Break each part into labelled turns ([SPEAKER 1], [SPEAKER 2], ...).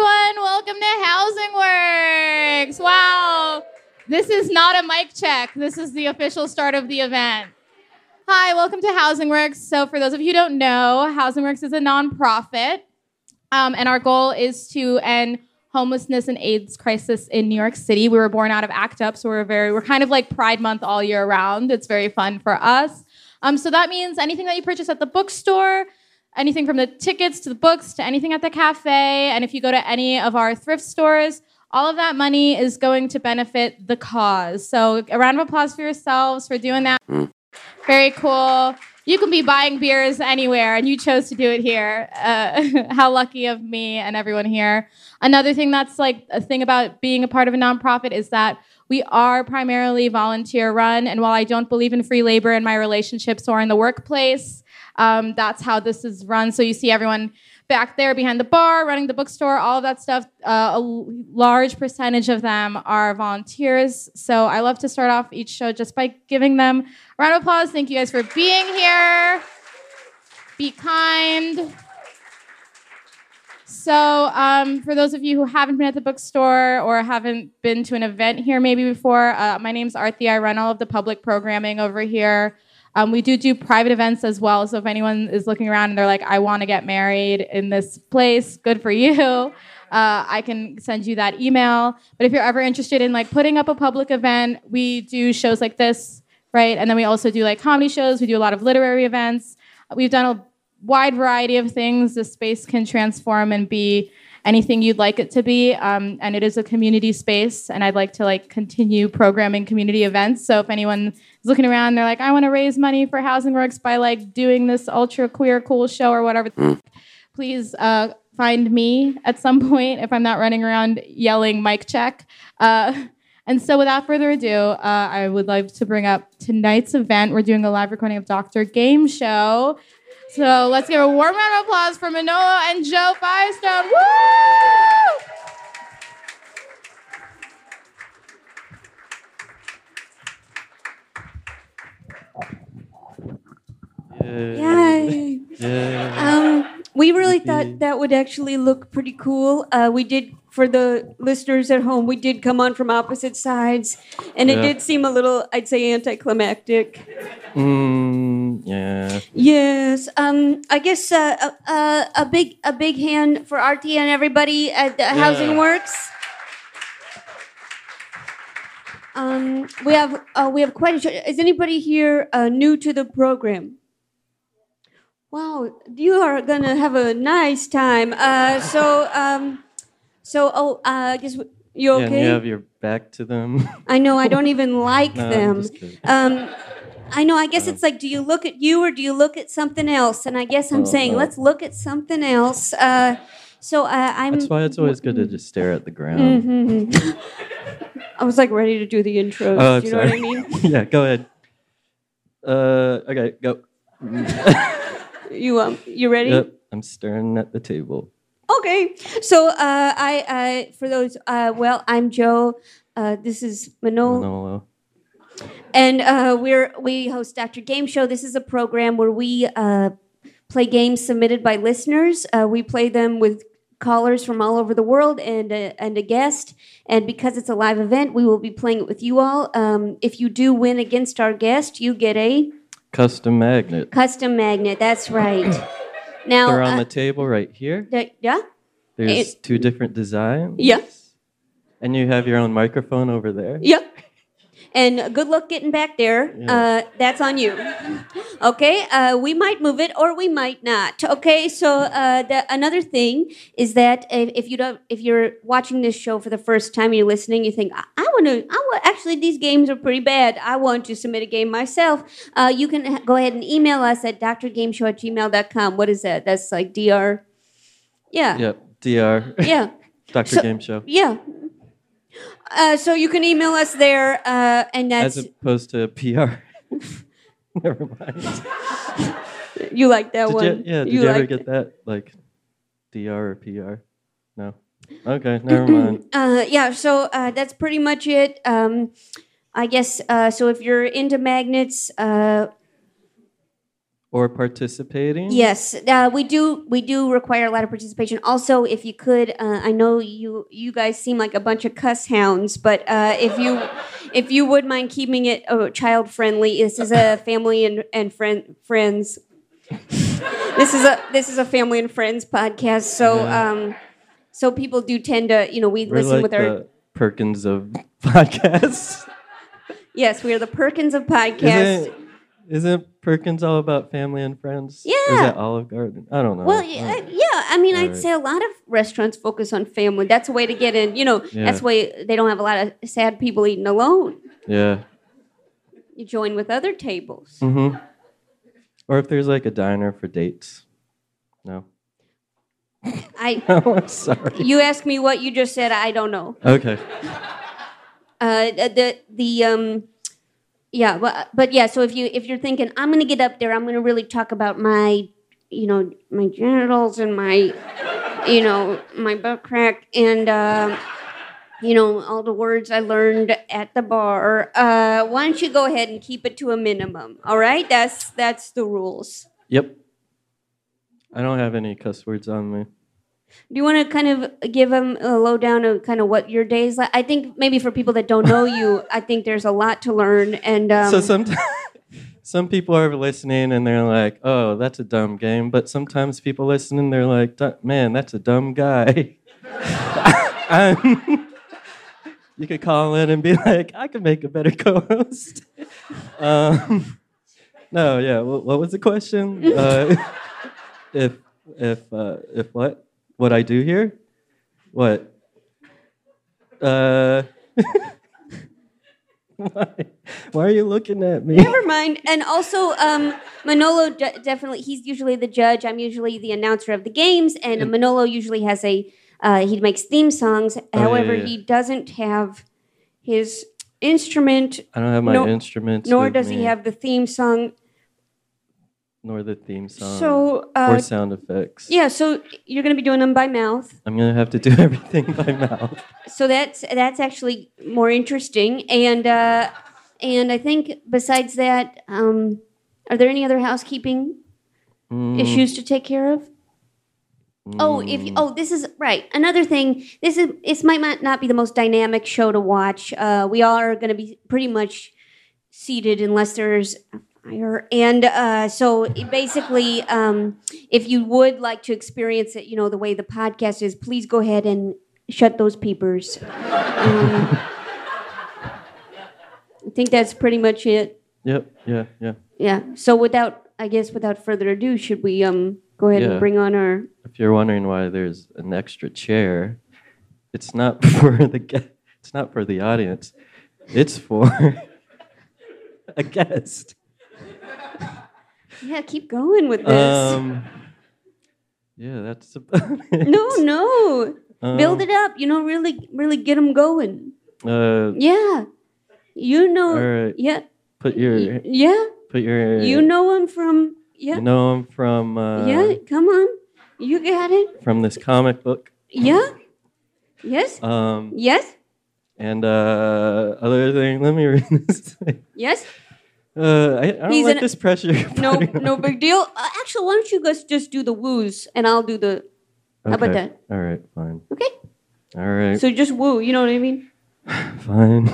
[SPEAKER 1] welcome to Housing Works. Wow. This is not a mic check. This is the official start of the event. Hi, welcome to Housing Works. So, for those of you who don't know, Housing Works is a nonprofit, um, and our goal is to end homelessness and AIDS crisis in New York City. We were born out of ACT UP, so we're very we're kind of like Pride Month all year round. It's very fun for us. Um, so that means anything that you purchase at the bookstore, anything from the tickets to the books to anything at the cafe, and if you go to any of our thrift stores, all of that money is going to benefit the cause. So a round of applause for yourselves for doing that. Very cool. You can be buying beers anywhere, and you chose to do it here. Uh, how lucky of me and everyone here. Another thing that's like a thing about being a part of a nonprofit is that we are primarily volunteer run. And while I don't believe in free labor in my relationships or in the workplace, um, that's how this is run. So you see everyone back there behind the bar, running the bookstore, all of that stuff. Uh, a l- large percentage of them are volunteers. So I love to start off each show just by giving them a round of applause. Thank you guys for being here. Be kind. So, um, for those of you who haven't been at the bookstore or haven't been to an event here maybe before, uh, my name's Arthi. I run all of the public programming over here. Um, we do do private events as well. So, if anyone is looking around and they're like, I want to get married in this place, good for you. Uh, I can send you that email. But if you're ever interested in like putting up a public event, we do shows like this, right? And then we also do like comedy shows. We do a lot of literary events. We've done a wide variety of things. The space can transform and be anything you'd like it to be. Um, and it is a community space, and I'd like to like continue programming community events. So if anyone is looking around, and they're like, I want to raise money for Housing Works by like doing this ultra queer cool show or whatever. Please uh, find me at some point if I'm not running around yelling mic check. Uh, and so, without further ado, uh, I would like to bring up tonight's event. We're doing a live recording of Dr. Game Show. So let's give a warm round of applause for Manoa and Joe Firestone. Woo!
[SPEAKER 2] Yay.
[SPEAKER 3] Yeah.
[SPEAKER 2] Um, we really
[SPEAKER 3] Yippee.
[SPEAKER 2] thought that would actually look pretty cool. Uh, we did, for the listeners at home, we did come on from opposite sides, and it
[SPEAKER 3] Yeah.
[SPEAKER 2] did seem a little, I'd say, anticlimactic. Um,
[SPEAKER 3] Mm, yeah.
[SPEAKER 2] Yes. Um, I guess uh, a, a, a big a big hand for Artie and everybody at the Housing Works. Um, we have uh, we have quite a. sh- Is anybody here uh, new to the program? Wow, you are gonna have a nice time. Uh, so um, so oh, uh, I guess w- you
[SPEAKER 3] Yeah, and
[SPEAKER 2] okay?
[SPEAKER 3] you have your back to them.
[SPEAKER 2] I know I don't even like
[SPEAKER 3] No, I'm
[SPEAKER 2] them.
[SPEAKER 3] just kidding.
[SPEAKER 2] Um, I know. I guess it's like, do you look at you or do you look at something else? And I guess I'm
[SPEAKER 3] Well,
[SPEAKER 2] saying,
[SPEAKER 3] no.
[SPEAKER 2] let's look at something else. Uh, so uh, I'm.
[SPEAKER 3] That's why it's always good to just stare at the ground.
[SPEAKER 2] Mhm. I was like ready to do the intros.
[SPEAKER 3] Oh, I'm
[SPEAKER 2] do you
[SPEAKER 3] sorry.
[SPEAKER 2] know what I mean?
[SPEAKER 3] yeah, go ahead. Uh, okay, go.
[SPEAKER 2] You um, you ready?
[SPEAKER 3] Yep, I'm staring at the table.
[SPEAKER 2] Okay. So uh, I uh, for those uh, well, I'm Joe. Uh, this is Manol.
[SPEAKER 3] Manolo.
[SPEAKER 2] And uh, we're we host Dr. Game Show. This is a program where we uh, play games submitted by listeners. Uh, we play them with callers from all over the world and a, and a guest. And because it's a live event, we will be playing it with you all. Um, if you do win against our guest, you get a
[SPEAKER 3] Custom magnet.
[SPEAKER 2] custom magnet. That's right. now,
[SPEAKER 3] They're on
[SPEAKER 2] uh,
[SPEAKER 3] the table right here.
[SPEAKER 2] th- yeah,
[SPEAKER 3] There's two different designs.
[SPEAKER 2] Yeah.
[SPEAKER 3] And you have your own microphone over there.
[SPEAKER 2] yeah. And good luck getting back there.
[SPEAKER 3] Yeah.
[SPEAKER 2] Uh, that's on you. Okay, uh, we might move it or we might not. Okay, so uh, the, another thing is that if, if you don't, if you're watching this show for the first time, you're listening, you think, I, I want to. I want actually these games are pretty bad. I want to submit a game myself. Uh, you can ha- go ahead and email us at drgameshow at gmail.com. What is that? That's like dr. Yeah, yeah,
[SPEAKER 3] Yep. DR.
[SPEAKER 2] yeah.
[SPEAKER 3] Dr.
[SPEAKER 2] So-
[SPEAKER 3] Game Show.
[SPEAKER 2] Uh, so you can email us there, uh, and that's
[SPEAKER 3] As opposed to PR. Never mind.
[SPEAKER 2] you like that
[SPEAKER 3] Did
[SPEAKER 2] one.
[SPEAKER 3] You, yeah, did
[SPEAKER 2] you
[SPEAKER 3] you, ever
[SPEAKER 2] liked
[SPEAKER 3] get
[SPEAKER 2] it.
[SPEAKER 3] that? Like DR or PR? No. Okay, never mind.
[SPEAKER 2] Uh, yeah, so uh, that's pretty much it. Um, I guess uh, so. If you're into magnets, uh,
[SPEAKER 3] or participating.
[SPEAKER 2] Yes, uh, we do. We do require a lot of participation. Also, if you could, uh, I know you you guys seem like a bunch of cuss hounds, but uh, if you if you would mind keeping it uh, child friendly, this is a family and and friend friends. this is a this is a family and friends podcast, so
[SPEAKER 3] Yeah.
[SPEAKER 2] um, so people do tend to you know we
[SPEAKER 3] We're
[SPEAKER 2] listen
[SPEAKER 3] like
[SPEAKER 2] with our
[SPEAKER 3] the Perkins of podcasts.
[SPEAKER 2] yes we are the Perkins of podcast.
[SPEAKER 3] Isn't, isn't Perkins all about family and friends? Or is
[SPEAKER 2] Yeah.
[SPEAKER 3] it Olive Garden? I don't know.
[SPEAKER 2] Well,
[SPEAKER 3] I
[SPEAKER 2] yeah,
[SPEAKER 3] don't-
[SPEAKER 2] uh, yeah. I mean, I'd
[SPEAKER 3] Alright.
[SPEAKER 2] say a lot of restaurants focus on family. That's a way to get in. You know, that's
[SPEAKER 3] Yeah.
[SPEAKER 2] why they don't have a lot of sad people eating alone.
[SPEAKER 3] yeah.
[SPEAKER 2] You join with other tables.
[SPEAKER 3] hmm Or if there's like a diner for dates. No.
[SPEAKER 2] I.
[SPEAKER 3] I'm sorry.
[SPEAKER 2] You asked me what you just said. I don't know.
[SPEAKER 3] Okay.
[SPEAKER 2] Uh, the the um, yeah. But, but yeah. So if you if you're thinking I'm gonna get up there, I'm gonna really talk about my, you know, my genitals and my, you know, my butt crack and. um you know, all the words I learned at the bar. Uh, why don't you go ahead and keep it to a minimum? All right, that's that's the rules.
[SPEAKER 3] Yep. I don't have any cuss words on me.
[SPEAKER 2] Do you want to kind of give them a lowdown of kind of what your day is like? I think maybe for people that don't know you, I think there's a lot to learn. And um,
[SPEAKER 3] so some some people are listening and they're like, "Oh, that's a dumb game," but sometimes people listen and they're like, "Du- "Man, that's a dumb guy." I'm- you could call in and be like, "I could make a better co-host." um, no, yeah. wh- what was the question? Uh, if if uh, if what what I do here? What? Uh, why, why are you looking at me?
[SPEAKER 2] never mind. And also, um, Manolo de- definitely, he's usually the judge. I'm usually the announcer of the games. And Manolo usually has a, uh, he makes theme songs.
[SPEAKER 3] Oh, yeah,
[SPEAKER 2] However,
[SPEAKER 3] yeah.
[SPEAKER 2] he doesn't have his instrument,
[SPEAKER 3] I don't have my
[SPEAKER 2] Nor-
[SPEAKER 3] instruments.
[SPEAKER 2] nor
[SPEAKER 3] with
[SPEAKER 2] does
[SPEAKER 3] me,
[SPEAKER 2] he have the theme song.
[SPEAKER 3] nor the theme song
[SPEAKER 2] so,
[SPEAKER 3] or
[SPEAKER 2] uh,
[SPEAKER 3] sound effects.
[SPEAKER 2] yeah, so you're going to be doing them by mouth.
[SPEAKER 3] I'm gonna have to do everything by mouth.
[SPEAKER 2] so that's that's actually more interesting and uh and i think besides that um are there any other housekeeping
[SPEAKER 3] Mm,
[SPEAKER 2] issues to take care of oh if you,
[SPEAKER 3] mm.
[SPEAKER 2] oh this is right another thing this is this might not- not be the most dynamic show to watch uh we all are going to be pretty much seated unless there's a fire and uh so it basically um if you would like to experience it you know the way the podcast is please go ahead and shut those peepers um, i think that's pretty much it
[SPEAKER 3] Yep. Yeah. Yeah.
[SPEAKER 2] yeah so without i guess without further ado should we um go ahead
[SPEAKER 3] Yeah.
[SPEAKER 2] and bring on our
[SPEAKER 3] If you're wondering why there's an extra chair, it's not for the guest. It's not for the audience. It's for a guest.
[SPEAKER 2] Yeah, keep going with this.
[SPEAKER 3] Um. Yeah, that's about it.
[SPEAKER 2] no, no.
[SPEAKER 3] Um,
[SPEAKER 2] Build it up. You know, really, really get them going.
[SPEAKER 3] Uh,
[SPEAKER 2] Yeah. You know.
[SPEAKER 3] all right.
[SPEAKER 2] Yeah.
[SPEAKER 3] Put
[SPEAKER 2] y-
[SPEAKER 3] your
[SPEAKER 2] Yeah.
[SPEAKER 3] put your.
[SPEAKER 2] You know him from.
[SPEAKER 3] You
[SPEAKER 2] Yeah.
[SPEAKER 3] know him from uh,
[SPEAKER 2] yeah. Come on. You got it.
[SPEAKER 3] from this comic book.
[SPEAKER 2] Yeah. Yes.
[SPEAKER 3] Um,
[SPEAKER 2] Yes.
[SPEAKER 3] and uh, other thing, let me read this thing.
[SPEAKER 2] Yes.
[SPEAKER 3] Uh, I, I don't
[SPEAKER 2] He's
[SPEAKER 3] like
[SPEAKER 2] an-
[SPEAKER 3] this pressure.
[SPEAKER 2] No.
[SPEAKER 3] putting on-
[SPEAKER 2] No big deal. Uh, actually, why don't you guys just do the woos and I'll do the. How about
[SPEAKER 3] Okay.
[SPEAKER 2] that?
[SPEAKER 3] All right, fine.
[SPEAKER 2] Okay.
[SPEAKER 3] All right,
[SPEAKER 2] So just woo. You know what I mean?
[SPEAKER 3] fine.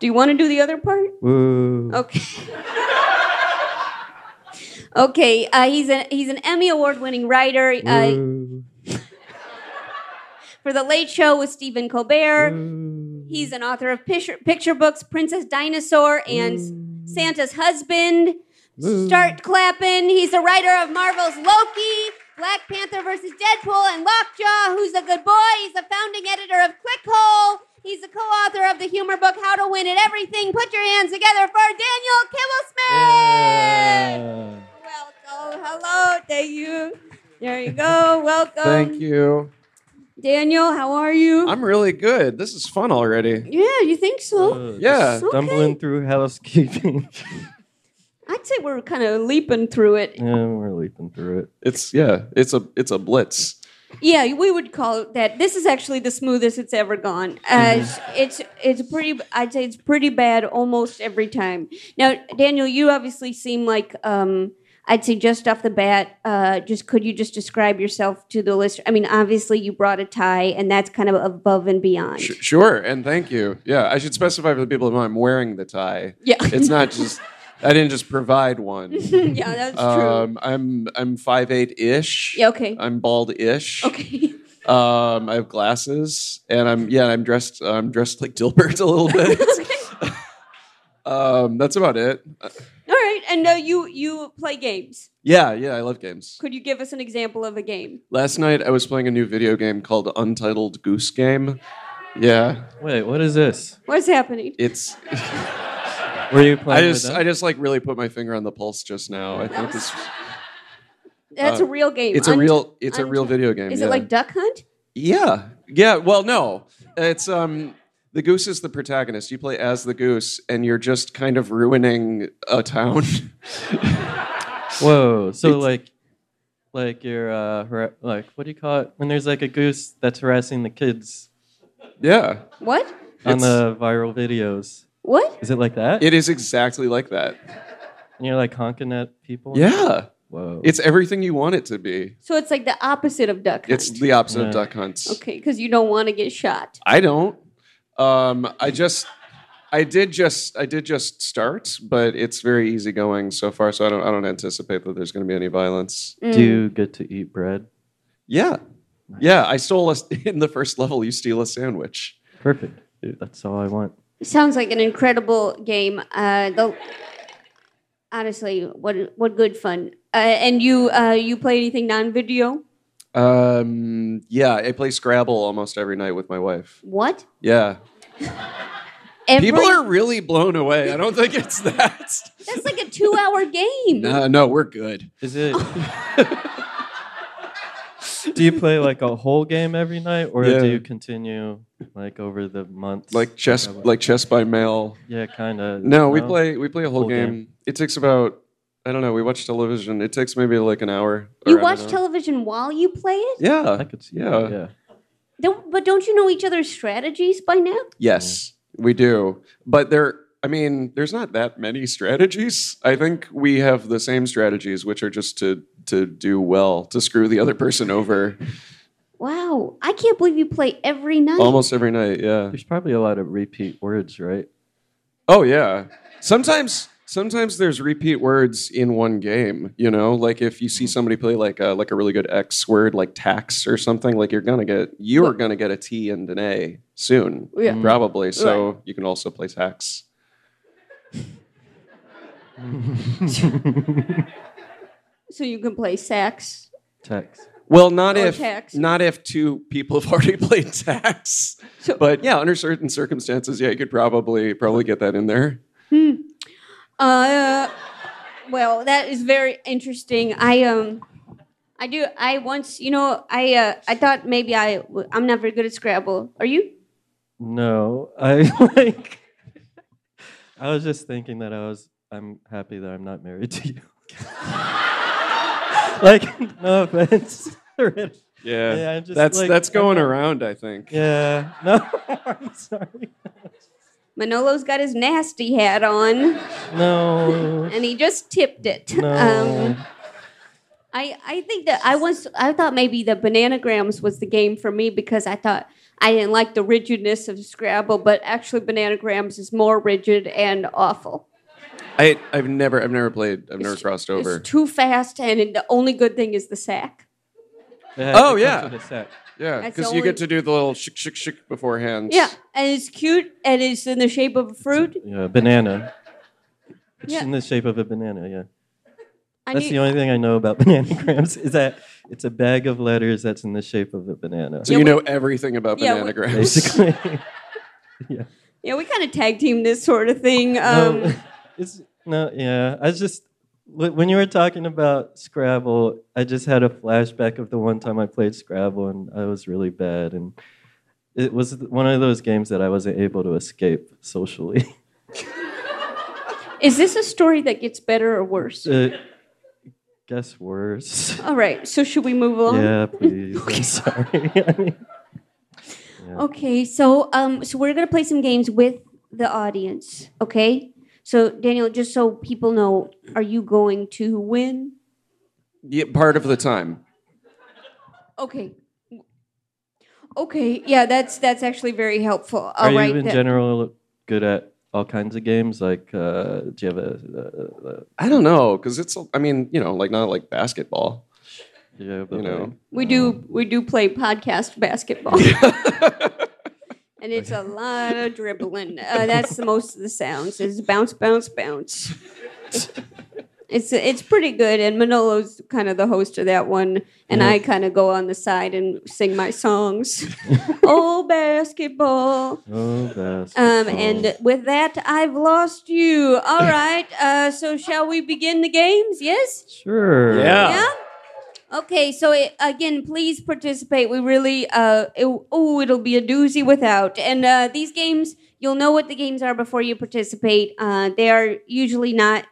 [SPEAKER 2] Do you want to do the other part?
[SPEAKER 3] Woo.
[SPEAKER 2] Okay. okay. Uh, he's an he's an Emmy award winning writer uh,
[SPEAKER 3] Woo.
[SPEAKER 2] for The Late Show with Stephen Colbert.
[SPEAKER 3] Woo.
[SPEAKER 2] He's an author of picture, picture books Princess Dinosaur and Santa's Husband.
[SPEAKER 3] Woo.
[SPEAKER 2] Start clapping. He's a writer of Marvel's Loki, Black Panther versus Deadpool, and Lockjaw, who's a good boy. He's the founding editor of Clickhole. He's the co-author of the humor book How to Win at Everything. Put your hands together for Daniel Kimmel Smith.
[SPEAKER 4] Yeah.
[SPEAKER 2] Welcome. Hello. Thank you. There you go. Welcome.
[SPEAKER 3] Um,
[SPEAKER 4] Thank you.
[SPEAKER 2] Daniel, how are you?
[SPEAKER 4] I'm really good. This is fun already.
[SPEAKER 2] yeah, you think so?
[SPEAKER 3] Uh,
[SPEAKER 4] Yeah.
[SPEAKER 3] just Stumbling through housekeeping.
[SPEAKER 2] I'd say we're kind of leaping through it.
[SPEAKER 3] yeah, we're leaping through it.
[SPEAKER 4] It's yeah. It's a it's a blitz.
[SPEAKER 2] Yeah, we would call it that. This is actually the smoothest it's ever
[SPEAKER 4] Mm-hmm.
[SPEAKER 2] gone. Uh, It's it's pretty. I'd say it's pretty bad almost every time. Now, Daniel, you obviously seem like um, I'd say just off the bat, uh, just could you just describe yourself to the listener? I mean, obviously you brought a tie, and that's kind of above and beyond.
[SPEAKER 4] Sh- sure, and thank you. Yeah, I should specify for the people at home, I'm wearing the tie.
[SPEAKER 2] Yeah.
[SPEAKER 4] It's not just, I didn't just provide one.
[SPEAKER 2] yeah, that's true.
[SPEAKER 4] Um, I'm I'm five eight ish.
[SPEAKER 2] Yeah, okay.
[SPEAKER 4] I'm bald ish.
[SPEAKER 2] Okay.
[SPEAKER 4] Um, I have glasses, and I'm yeah, I'm dressed. I'm dressed like Dilbert a little bit. um, that's about it. Uh,
[SPEAKER 2] All right, and uh, you you play games.
[SPEAKER 4] yeah, yeah, I love games.
[SPEAKER 2] Could you give us an example of a game?
[SPEAKER 4] Last night I was playing a new video game called Untitled Goose Game. Yeah,
[SPEAKER 3] Wait, what is this?
[SPEAKER 2] What's happening?
[SPEAKER 4] it's.
[SPEAKER 3] Were you playing
[SPEAKER 4] I just
[SPEAKER 3] with
[SPEAKER 4] I just like really put my finger on the pulse just now. I think it's
[SPEAKER 2] That's
[SPEAKER 4] Uh,
[SPEAKER 2] a real game.
[SPEAKER 4] it's a
[SPEAKER 2] Unt-
[SPEAKER 4] real it's a
[SPEAKER 2] unt-
[SPEAKER 4] real video game.
[SPEAKER 2] Is
[SPEAKER 4] yeah.
[SPEAKER 2] it like Duck Hunt?
[SPEAKER 4] Yeah. Yeah. Well, no. It's um the goose is the protagonist. You play as the goose, and you're just kind of ruining a town.
[SPEAKER 3] Whoa! So
[SPEAKER 4] It's-
[SPEAKER 3] like, like you're uh, har- like what do you call it when there's like a goose that's harassing the kids
[SPEAKER 4] yeah.
[SPEAKER 2] What?
[SPEAKER 3] on
[SPEAKER 4] It's-
[SPEAKER 3] the viral videos?
[SPEAKER 2] What?
[SPEAKER 3] Is it like that?
[SPEAKER 4] It is exactly like that.
[SPEAKER 3] and you're like honking at people.
[SPEAKER 4] Yeah.
[SPEAKER 3] Whoa.
[SPEAKER 4] It's everything you want it to be.
[SPEAKER 2] So it's like the opposite of Duck Hunt.
[SPEAKER 4] It's the opposite
[SPEAKER 3] Yeah.
[SPEAKER 4] of duck hunts.
[SPEAKER 2] okay, because you don't want to get shot.
[SPEAKER 4] I don't. Um, I just I did just I did just start, but it's very easy going so far, so I don't I don't anticipate that there's gonna be any violence.
[SPEAKER 2] Mm.
[SPEAKER 3] do you get to eat bread?
[SPEAKER 4] Yeah. Yeah, I stole a in the first level you steal a sandwich.
[SPEAKER 3] Perfect. That's all I want.
[SPEAKER 2] Sounds like an incredible game. Uh, the, honestly, what what good fun. Uh, and you uh, you play anything non-video?
[SPEAKER 4] Um, yeah, I play Scrabble almost every night with my wife.
[SPEAKER 2] What?
[SPEAKER 4] Yeah.
[SPEAKER 2] Every,
[SPEAKER 4] People are really blown away. I don't think it's that.
[SPEAKER 2] That's like a two-hour game.
[SPEAKER 4] No, no, we're good.
[SPEAKER 3] Is it? do you play like a whole game every night, or
[SPEAKER 4] Yeah.
[SPEAKER 3] do you continue like over the months? uh,
[SPEAKER 4] Like chess like chess by mail.
[SPEAKER 3] yeah, kind of.
[SPEAKER 4] No, we play we play a whole,
[SPEAKER 3] Whole
[SPEAKER 4] game.
[SPEAKER 3] game.
[SPEAKER 4] It takes about I don't know, we watch television. It takes maybe like an hour. or
[SPEAKER 2] You
[SPEAKER 4] I don't
[SPEAKER 2] watch
[SPEAKER 4] know.
[SPEAKER 2] television while you play it?
[SPEAKER 4] Yeah.
[SPEAKER 3] I could see.
[SPEAKER 4] Yeah.
[SPEAKER 3] That, yeah.
[SPEAKER 2] Don't, but don't you know each other's strategies by now?
[SPEAKER 4] Yes, we do. But there, I mean, there's not that many strategies. I think we have the same strategies, which are just to to do well, to screw the other person over
[SPEAKER 2] Wow, I can't believe you play every night.
[SPEAKER 4] almost every night. Yeah.
[SPEAKER 3] There's probably a lot of repeat words, right?
[SPEAKER 4] Oh yeah. Sometimes. Sometimes there's repeat words in one game, you know, like if you
[SPEAKER 3] Mm-hmm.
[SPEAKER 4] see somebody play like a, like a really good X word, like tax or something, like you're gonna get you are gonna get a T and an A soon,
[SPEAKER 2] Yeah.
[SPEAKER 3] Mm.
[SPEAKER 4] probably. So you can also play tax.
[SPEAKER 2] So you can play sax.
[SPEAKER 3] Text.
[SPEAKER 4] Well, not
[SPEAKER 2] Or
[SPEAKER 4] if
[SPEAKER 2] Oh, tax.
[SPEAKER 4] not if two people have already played tax.
[SPEAKER 2] So-
[SPEAKER 4] but yeah, under certain circumstances, yeah, you could probably probably get that in there.
[SPEAKER 2] Uh, well, that is very interesting. I um, I do. I once, you know, I uh, I thought maybe I w- I'm not very good at Scrabble. Are you?
[SPEAKER 3] No, I like. I was just thinking that I was. I'm happy that I'm not married to you. like, no offense. yeah,
[SPEAKER 4] Yeah,
[SPEAKER 3] Yeah, I'm just,
[SPEAKER 4] that's
[SPEAKER 3] like,
[SPEAKER 4] that's
[SPEAKER 3] I'm
[SPEAKER 4] going
[SPEAKER 3] not-
[SPEAKER 4] around. I think.
[SPEAKER 3] yeah. No, I'm sorry.
[SPEAKER 2] Manolo's got his nasty hat on,
[SPEAKER 3] No.
[SPEAKER 2] and he just tipped it. Um,
[SPEAKER 3] No.
[SPEAKER 2] I, I think that I was I thought maybe the bananagrams was the game for me because I thought I didn't like the rigidness of Scrabble, but actually bananagrams is more rigid and awful.
[SPEAKER 4] I I've never I've never played. I've never crossed over.
[SPEAKER 2] It's too fast, and the only good thing is the sack.
[SPEAKER 3] Yeah, it
[SPEAKER 4] Oh,
[SPEAKER 3] comes
[SPEAKER 4] yeah.
[SPEAKER 3] with a sec.
[SPEAKER 4] yeah,
[SPEAKER 2] That's
[SPEAKER 4] because
[SPEAKER 2] the
[SPEAKER 4] you
[SPEAKER 2] only-
[SPEAKER 4] get to do the little shik shik shik beforehand.
[SPEAKER 2] Yeah, and it's cute, and it's in the shape of a fruit.
[SPEAKER 3] Yeah, banana. It's
[SPEAKER 2] Yeah.
[SPEAKER 3] in the shape of a banana. Yeah.
[SPEAKER 2] I
[SPEAKER 3] That's
[SPEAKER 2] knew-
[SPEAKER 3] the only thing I know about bananagrams is that it's a bag of letters that's in the shape of a banana.
[SPEAKER 4] So
[SPEAKER 2] Yeah,
[SPEAKER 4] you
[SPEAKER 2] we-
[SPEAKER 4] know everything about
[SPEAKER 2] Yeah, we-
[SPEAKER 4] bananagrams.
[SPEAKER 3] Basically.
[SPEAKER 2] yeah, we kind of tag team this sort of thing. Um,
[SPEAKER 3] no, it's no, yeah. I was just wh- when you were talking about Scrabble, I just had a flashback of the one time I played Scrabble and I was really bad, and it was th- one of those games that I wasn't able to escape socially.
[SPEAKER 2] Is this a story that gets better or worse?
[SPEAKER 3] Uh, guess worse.
[SPEAKER 2] All right, so should we move on?
[SPEAKER 3] Yeah, please. I'm sorry. I mean,
[SPEAKER 2] Okay, so um, so we're gonna play some games with the audience. Okay, So, Daniel, just so people know, are you going to win?
[SPEAKER 4] Yeah, part of the time.
[SPEAKER 2] Okay. Okay. Yeah, that's that's actually very helpful.
[SPEAKER 3] Are
[SPEAKER 2] All Oh, right.
[SPEAKER 3] you in
[SPEAKER 2] that-
[SPEAKER 3] general good at all kinds of games? Like, uh, do you have a, uh, uh,
[SPEAKER 4] I don't know, because it's, I mean, you know, like not like basketball.
[SPEAKER 3] do you have a
[SPEAKER 4] You know.
[SPEAKER 3] like-
[SPEAKER 2] we do we do play podcast basketball. And it's a lot of dribbling. Uh, that's the most of the sounds. It's bounce, bounce, bounce. It's it's pretty good, and Manolo's kind of the host of that one, and I kind of go on the side and sing my songs. oh, basketball.
[SPEAKER 3] Oh, basketball.
[SPEAKER 2] Um, and with that, I've lost you. All right. Uh, so shall we begin the games? Yes.
[SPEAKER 3] sure.
[SPEAKER 5] Yeah.
[SPEAKER 2] Yeah. Okay, so it, again, please participate. We really, uh, it, oh, it'll be a doozy without. And uh, these games, you'll know what the games are before you participate. Uh, they are usually not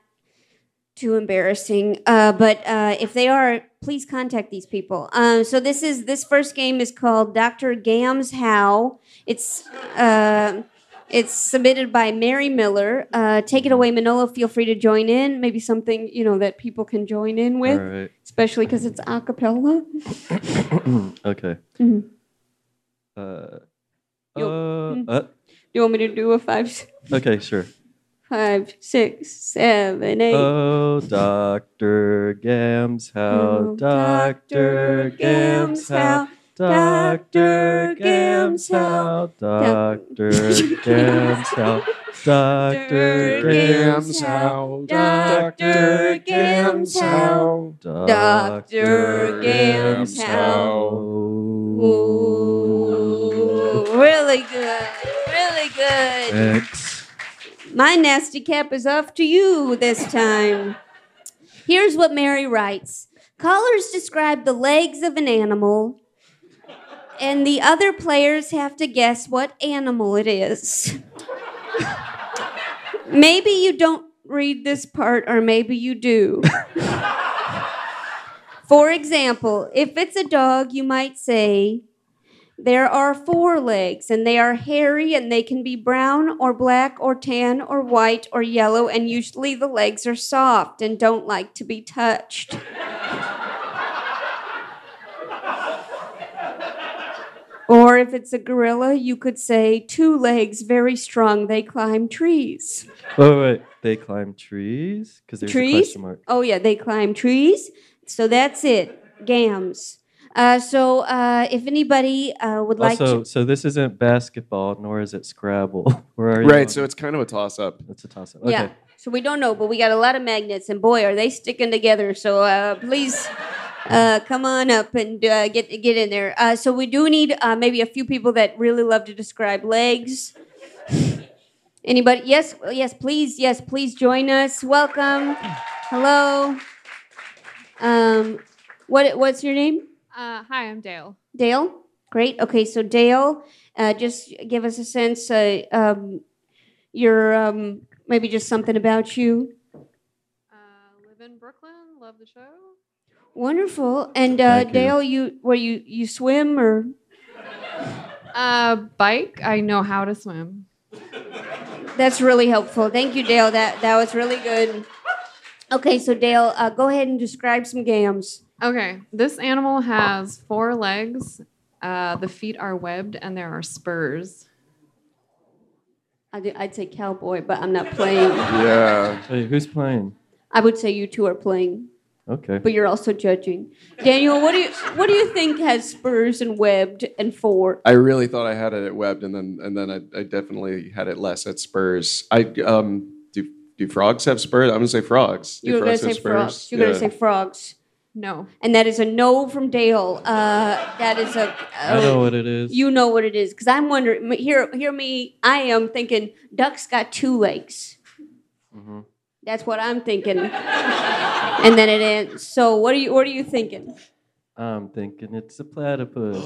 [SPEAKER 2] too embarrassing, uh, but uh, if they are, please contact these people. Um, so this is this first game is called Dr. Gam's How. It's. Uh, it's submitted by Mary Miller. Uh, take it away, Manolo. Feel free to join in. Maybe something you know that people can join in
[SPEAKER 3] All
[SPEAKER 2] with
[SPEAKER 3] right.
[SPEAKER 2] especially because it's a cappella.
[SPEAKER 3] okay.
[SPEAKER 2] Mhm.
[SPEAKER 3] Uh,
[SPEAKER 2] Yo-
[SPEAKER 3] uh,
[SPEAKER 2] Mm.
[SPEAKER 3] uh,
[SPEAKER 2] You want me to do a five,
[SPEAKER 3] okay, sure.
[SPEAKER 2] five, six, seven, eight?
[SPEAKER 3] Oh, Dr. Gam's
[SPEAKER 2] Oh,
[SPEAKER 3] how, Dr. Gam's how, Dr. Gam's how, Dr. Gam's how, Dr. Gam's how,
[SPEAKER 2] Dr. Gam's how. Dr. Gam's
[SPEAKER 4] how.
[SPEAKER 2] Ooh, really good, really good.
[SPEAKER 3] X.
[SPEAKER 2] My nasty cap is off to you this time. Here's what Mary writes Callers describe the legs of an animal, and the other players have to guess what animal it is. maybe you don't read this part, or maybe you do. For example, if it's a dog, you might say, there are four legs, and they are hairy, and they can be brown or black or tan or white or yellow, and usually the legs are soft and don't like to be touched. or if it's a gorilla, you could say two legs, very strong, they climb trees.
[SPEAKER 3] Oh, wait. They climb trees? Because there's a
[SPEAKER 2] Trees?
[SPEAKER 3] question mark.
[SPEAKER 2] Oh yeah, they climb trees. So that's it, gams. Uh, so uh, if anybody uh, would like
[SPEAKER 3] also,
[SPEAKER 2] to,
[SPEAKER 3] so this isn't basketball, nor is it Scrabble. Where are you on-
[SPEAKER 4] Right, so it's kind of a toss up.
[SPEAKER 3] it's a toss up. Okay.
[SPEAKER 2] yeah. So we don't know, but we got a lot of magnets, and boy, are they sticking together. So uh, please. Uh, come on up and uh, get get in there. Uh, so we do need uh, maybe a few people that really love to describe legs. Anybody? Yes, yes, please, yes, please join us. Welcome. Hello. Um, what what's your name?
[SPEAKER 6] Uh, hi, I'm Dale.
[SPEAKER 2] Dale? Great. Okay, so Dale, uh, just give us a sense. Uh, um, your um, maybe just something about you.
[SPEAKER 6] Uh, live in Brooklyn. Love the show.
[SPEAKER 2] Wonderful. And uh,
[SPEAKER 3] Thank you.
[SPEAKER 2] Dale, you where you you swim or
[SPEAKER 6] Uh, bike. I know how to swim.
[SPEAKER 2] that's really helpful. Thank you, Dale. That that was really good. Okay, so Dale, uh, go ahead and describe some gams.
[SPEAKER 6] Okay, this animal has four legs. Uh, the feet are webbed and there are spurs.
[SPEAKER 2] I do, I'd say cowboy, but I'm not playing.
[SPEAKER 4] Yeah.
[SPEAKER 3] Hey, Oh, who's playing?
[SPEAKER 2] I would say you two are playing,
[SPEAKER 3] Okay.
[SPEAKER 2] but you're also judging. Daniel, what do you what do you think has spurs and webbed and four?
[SPEAKER 4] I really thought I had it at Webbed, and then and then I, I definitely had it less at Spurs. I um do do frogs have spurs? I'm gonna say frogs. Do
[SPEAKER 2] You're gonna
[SPEAKER 4] frogs
[SPEAKER 2] say
[SPEAKER 4] have spurs?
[SPEAKER 2] frogs. You're gonna
[SPEAKER 4] Yeah.
[SPEAKER 2] say frogs,
[SPEAKER 6] No.
[SPEAKER 2] and that is a no from Dale. Uh, that is a. uh,
[SPEAKER 3] I know what it is.
[SPEAKER 2] You know what it is, because I'm wondering. m- Hear, hear me. I am thinking ducks got two legs.
[SPEAKER 3] Mhm.
[SPEAKER 2] That's what I'm thinking, and then it ends. So what are you? What are you thinking?
[SPEAKER 3] I'm thinking it's a platypus.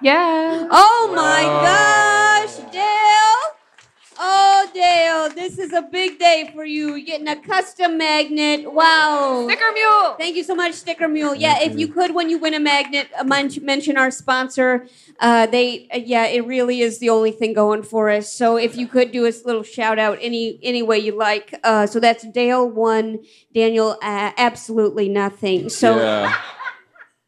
[SPEAKER 6] Yeah.
[SPEAKER 2] Oh my gosh, Dale! Oh, Dale, this is a big day for you. You're getting a custom magnet. Wow.
[SPEAKER 6] Sticker mule.
[SPEAKER 2] Thank you so much, Sticker Mule. Yeah, if you could, when you win a magnet, uh, men- mention our sponsor. Uh, they, uh, yeah, it really is the only thing going for us. So if you could do us a little shout out any any way you like. Uh, so that's Dale one, Daniel uh, absolutely nothing. So
[SPEAKER 4] yeah.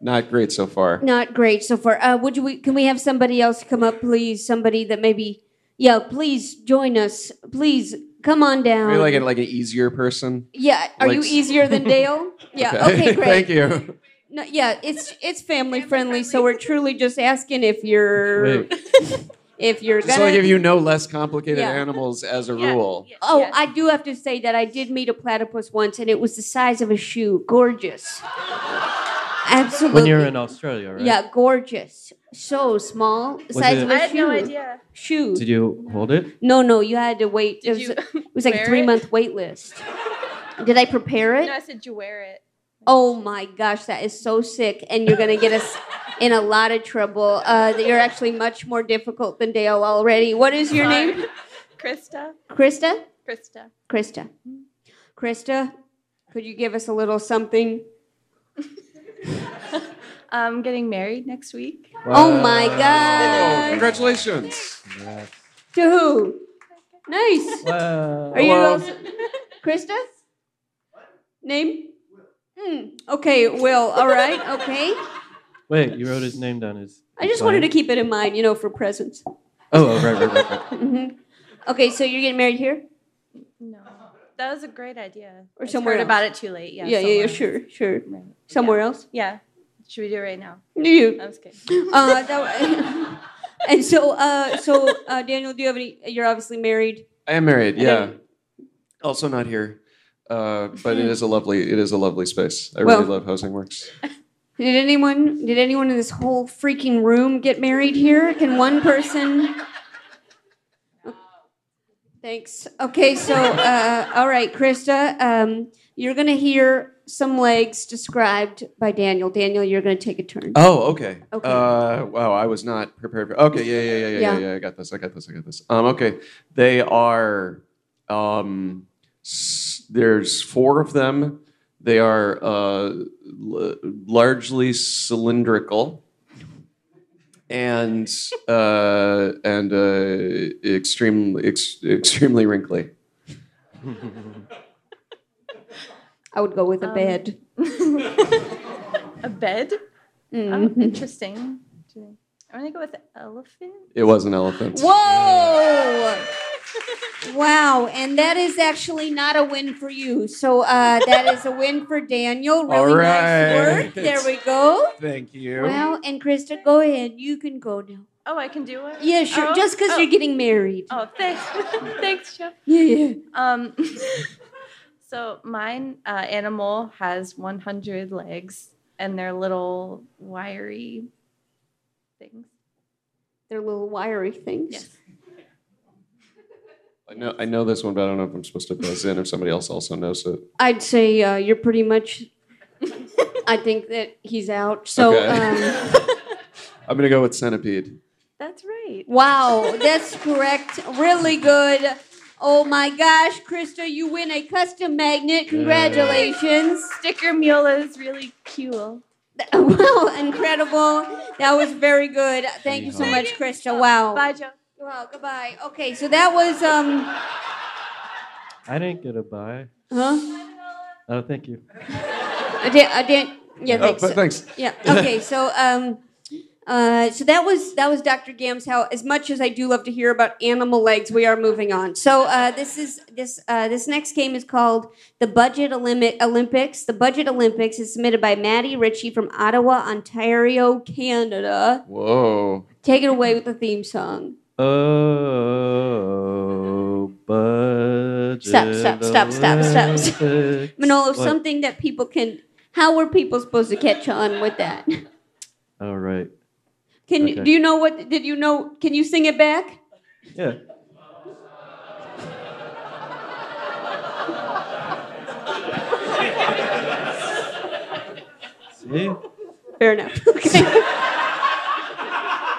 [SPEAKER 4] Not great so far.
[SPEAKER 2] not great so far. Uh, would you? We, can we have somebody else come up, please? Somebody that maybe, yeah, please join us. Please come on down.
[SPEAKER 4] Maybe like an, like an easier person.
[SPEAKER 2] Um, yeah, are you
[SPEAKER 4] like-
[SPEAKER 2] easier than Dale? Yeah. Okay, great.
[SPEAKER 4] Thank you.
[SPEAKER 2] No, yeah, it's it's family friendly, so we're truly just asking if you're
[SPEAKER 3] Wait,
[SPEAKER 2] if you're
[SPEAKER 4] Just
[SPEAKER 2] gonna.
[SPEAKER 4] like if you know less complicated
[SPEAKER 2] Yeah.
[SPEAKER 4] animals as a rule.
[SPEAKER 2] oh, I do have to say that I did meet a platypus once, and it was the size of a shoe. Gorgeous. Absolutely.
[SPEAKER 3] when you're in Australia, right?
[SPEAKER 2] Yeah, gorgeous. So small, size
[SPEAKER 3] it-
[SPEAKER 2] of
[SPEAKER 5] I
[SPEAKER 2] a
[SPEAKER 5] had
[SPEAKER 2] shoe.
[SPEAKER 5] no idea.
[SPEAKER 2] Shoe.
[SPEAKER 3] Did you hold it?
[SPEAKER 2] no, no, you had to wait.
[SPEAKER 5] Did
[SPEAKER 2] it
[SPEAKER 5] you
[SPEAKER 2] was, it was like a
[SPEAKER 5] wear
[SPEAKER 2] three
[SPEAKER 5] it?
[SPEAKER 2] month wait list. Did I prepare it?
[SPEAKER 5] No, I said you wear it.
[SPEAKER 2] Oh my gosh, that is so sick, and you're gonna get us in a lot of trouble. Uh, that you're actually much more difficult than Dale already. What is your name?
[SPEAKER 5] Krista?
[SPEAKER 2] Krista.
[SPEAKER 5] Krista.
[SPEAKER 2] Krista. Krista, could you give us a little something?
[SPEAKER 5] I'm getting married next week.
[SPEAKER 2] Oh my
[SPEAKER 4] Oh,
[SPEAKER 2] gosh!
[SPEAKER 4] congratulations.
[SPEAKER 3] Yes.
[SPEAKER 2] To who? Nice.
[SPEAKER 3] Wow.
[SPEAKER 2] Are you
[SPEAKER 4] Hello.
[SPEAKER 2] also Krista? Name? Hmm. Okay. Will. All right. Okay.
[SPEAKER 3] Wait, you wrote his name down. Is
[SPEAKER 2] I just wanted to keep it in mind, you know, for presents.
[SPEAKER 3] Oh, oh, right, right, right. right.
[SPEAKER 2] Okay. So you're getting married here?
[SPEAKER 5] No. That was a great idea.
[SPEAKER 2] Or
[SPEAKER 5] I just
[SPEAKER 2] somewhere
[SPEAKER 5] heard
[SPEAKER 2] else.
[SPEAKER 5] about it too late. Yeah,
[SPEAKER 2] yeah, yeah, yeah,
[SPEAKER 5] somewhere.
[SPEAKER 2] sure, sure.
[SPEAKER 5] Right.
[SPEAKER 2] Somewhere else?
[SPEAKER 5] Yeah. Should we do it right now?
[SPEAKER 2] You.
[SPEAKER 5] I'm just kidding.
[SPEAKER 2] Uh, that, and so, uh, so uh, Daniel, do you have any? You're obviously married.
[SPEAKER 4] I am married. Yeah.
[SPEAKER 2] then-
[SPEAKER 4] Also not here. Uh, but it is a lovely it is a lovely space. I
[SPEAKER 2] Hmm. Well-
[SPEAKER 4] really love housing works.
[SPEAKER 2] Did anyone? Did anyone in this whole freaking room get married here? Can one person? Thanks. Okay, so uh, all right, Krista, um, you're gonna hear some legs described by Daniel. Daniel, you're gonna take a turn.
[SPEAKER 4] Oh, okay.
[SPEAKER 2] Okay.
[SPEAKER 4] Uh, wow, I was not prepared for. Okay, yeah, yeah, yeah, yeah,
[SPEAKER 2] Yeah.
[SPEAKER 4] yeah, yeah. I got this. I got this. I got this. Um, okay, they are. Um, s- there's four of them. They are uh, l- largely cylindrical and uh, and uh, extremely ex- extremely wrinkly.
[SPEAKER 2] I would go with a bed.
[SPEAKER 5] a bed? Oh,
[SPEAKER 2] Mm-hmm.
[SPEAKER 5] interesting. I'm gonna go with elephant.
[SPEAKER 4] It was an elephant.
[SPEAKER 2] Whoa! Wow, and that is actually not a win for you. So uh, that is a win for Daniel. Really
[SPEAKER 4] All
[SPEAKER 2] nice work.
[SPEAKER 4] right.
[SPEAKER 2] There we go.
[SPEAKER 4] Thank you.
[SPEAKER 2] Wow, and Krista, go ahead. You can go now.
[SPEAKER 5] Oh, I can do one.
[SPEAKER 2] Yeah, sure.
[SPEAKER 5] Oh,
[SPEAKER 2] Just because
[SPEAKER 5] oh,
[SPEAKER 2] you're getting married.
[SPEAKER 5] Oh, thanks, thanks, Jeff.
[SPEAKER 2] Yeah, yeah.
[SPEAKER 5] Um, so mine uh, animal has 100 legs, and they're little wiry things.
[SPEAKER 2] They're little wiry things.
[SPEAKER 5] Yes.
[SPEAKER 4] I know I know this one, but I don't know if I'm supposed to buzz in if somebody else also knows it.
[SPEAKER 2] I'd say uh, you're pretty much. I think that he's out. So,
[SPEAKER 4] Okay.
[SPEAKER 2] um,
[SPEAKER 4] I'm gonna go with centipede.
[SPEAKER 5] That's right.
[SPEAKER 2] wow, that's correct. Really good. Oh my gosh, Krista, you win a custom magnet. Congratulations.
[SPEAKER 5] Sticker mule is really cool.
[SPEAKER 2] Well, incredible. That was very good. Thank you so
[SPEAKER 4] Yeehaw.
[SPEAKER 2] much, Krista. Wow.
[SPEAKER 5] Bye, Joe.
[SPEAKER 2] Wow, goodbye. Okay, so that was um
[SPEAKER 3] I didn't get a bye.
[SPEAKER 2] huh?
[SPEAKER 3] Oh, thank you.
[SPEAKER 2] I did I did yeah,
[SPEAKER 4] Oh,
[SPEAKER 2] thanks.
[SPEAKER 4] but thanks.
[SPEAKER 2] Yeah. Okay, so um uh, so that was that was Dr. Gam's how as much as I do love to hear about animal legs, we are moving on. So uh, this is this uh, this next game is called the Budget Olympic Olympics. The Budget Olympics is submitted by Maddie Ritchie from Ottawa, Ontario, Canada.
[SPEAKER 4] Whoa.
[SPEAKER 2] Take it away with the theme song.
[SPEAKER 3] Oh, budget.
[SPEAKER 2] Stop, stop, stop, stop, stop, stop.
[SPEAKER 3] Olympics.
[SPEAKER 2] Manolo,
[SPEAKER 3] What?
[SPEAKER 2] something that people can. How were people supposed to catch on with that?
[SPEAKER 3] All right.
[SPEAKER 2] Can you
[SPEAKER 3] Okay.
[SPEAKER 2] do you know what? Did you know? Can you sing it back?
[SPEAKER 3] Yeah. See, you,
[SPEAKER 2] Fair enough.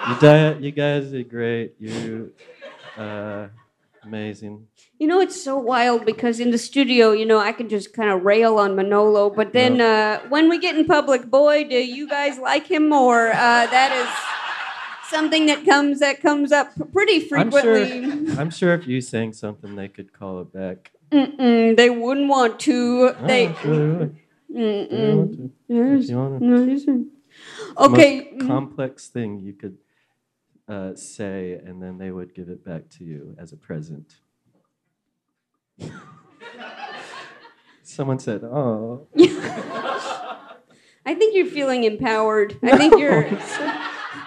[SPEAKER 2] Okay.
[SPEAKER 3] di- you guys did great. You, uh, Amazing.
[SPEAKER 2] You know, it's so wild because in the studio, you know, I can just kind of rail on Manolo, but then uh, when we get in public, boy, do you guys like him more. Uh, that is something that comes that comes up pretty
[SPEAKER 3] I'm
[SPEAKER 2] frequently.
[SPEAKER 3] sure, I'm sure if you sang something, they could call it back.
[SPEAKER 2] Mm-mm, they wouldn't want to.
[SPEAKER 3] Oh,
[SPEAKER 2] They.
[SPEAKER 3] sure they would. They
[SPEAKER 2] Mm-mm.
[SPEAKER 3] would too. If you wanna-
[SPEAKER 2] No, this one.
[SPEAKER 3] Most
[SPEAKER 2] Okay. mm.
[SPEAKER 3] complex thing you could uh, say, and then they would give it back to you as a present. Someone said, "Oh,
[SPEAKER 2] I think you're feeling empowered. I think you're.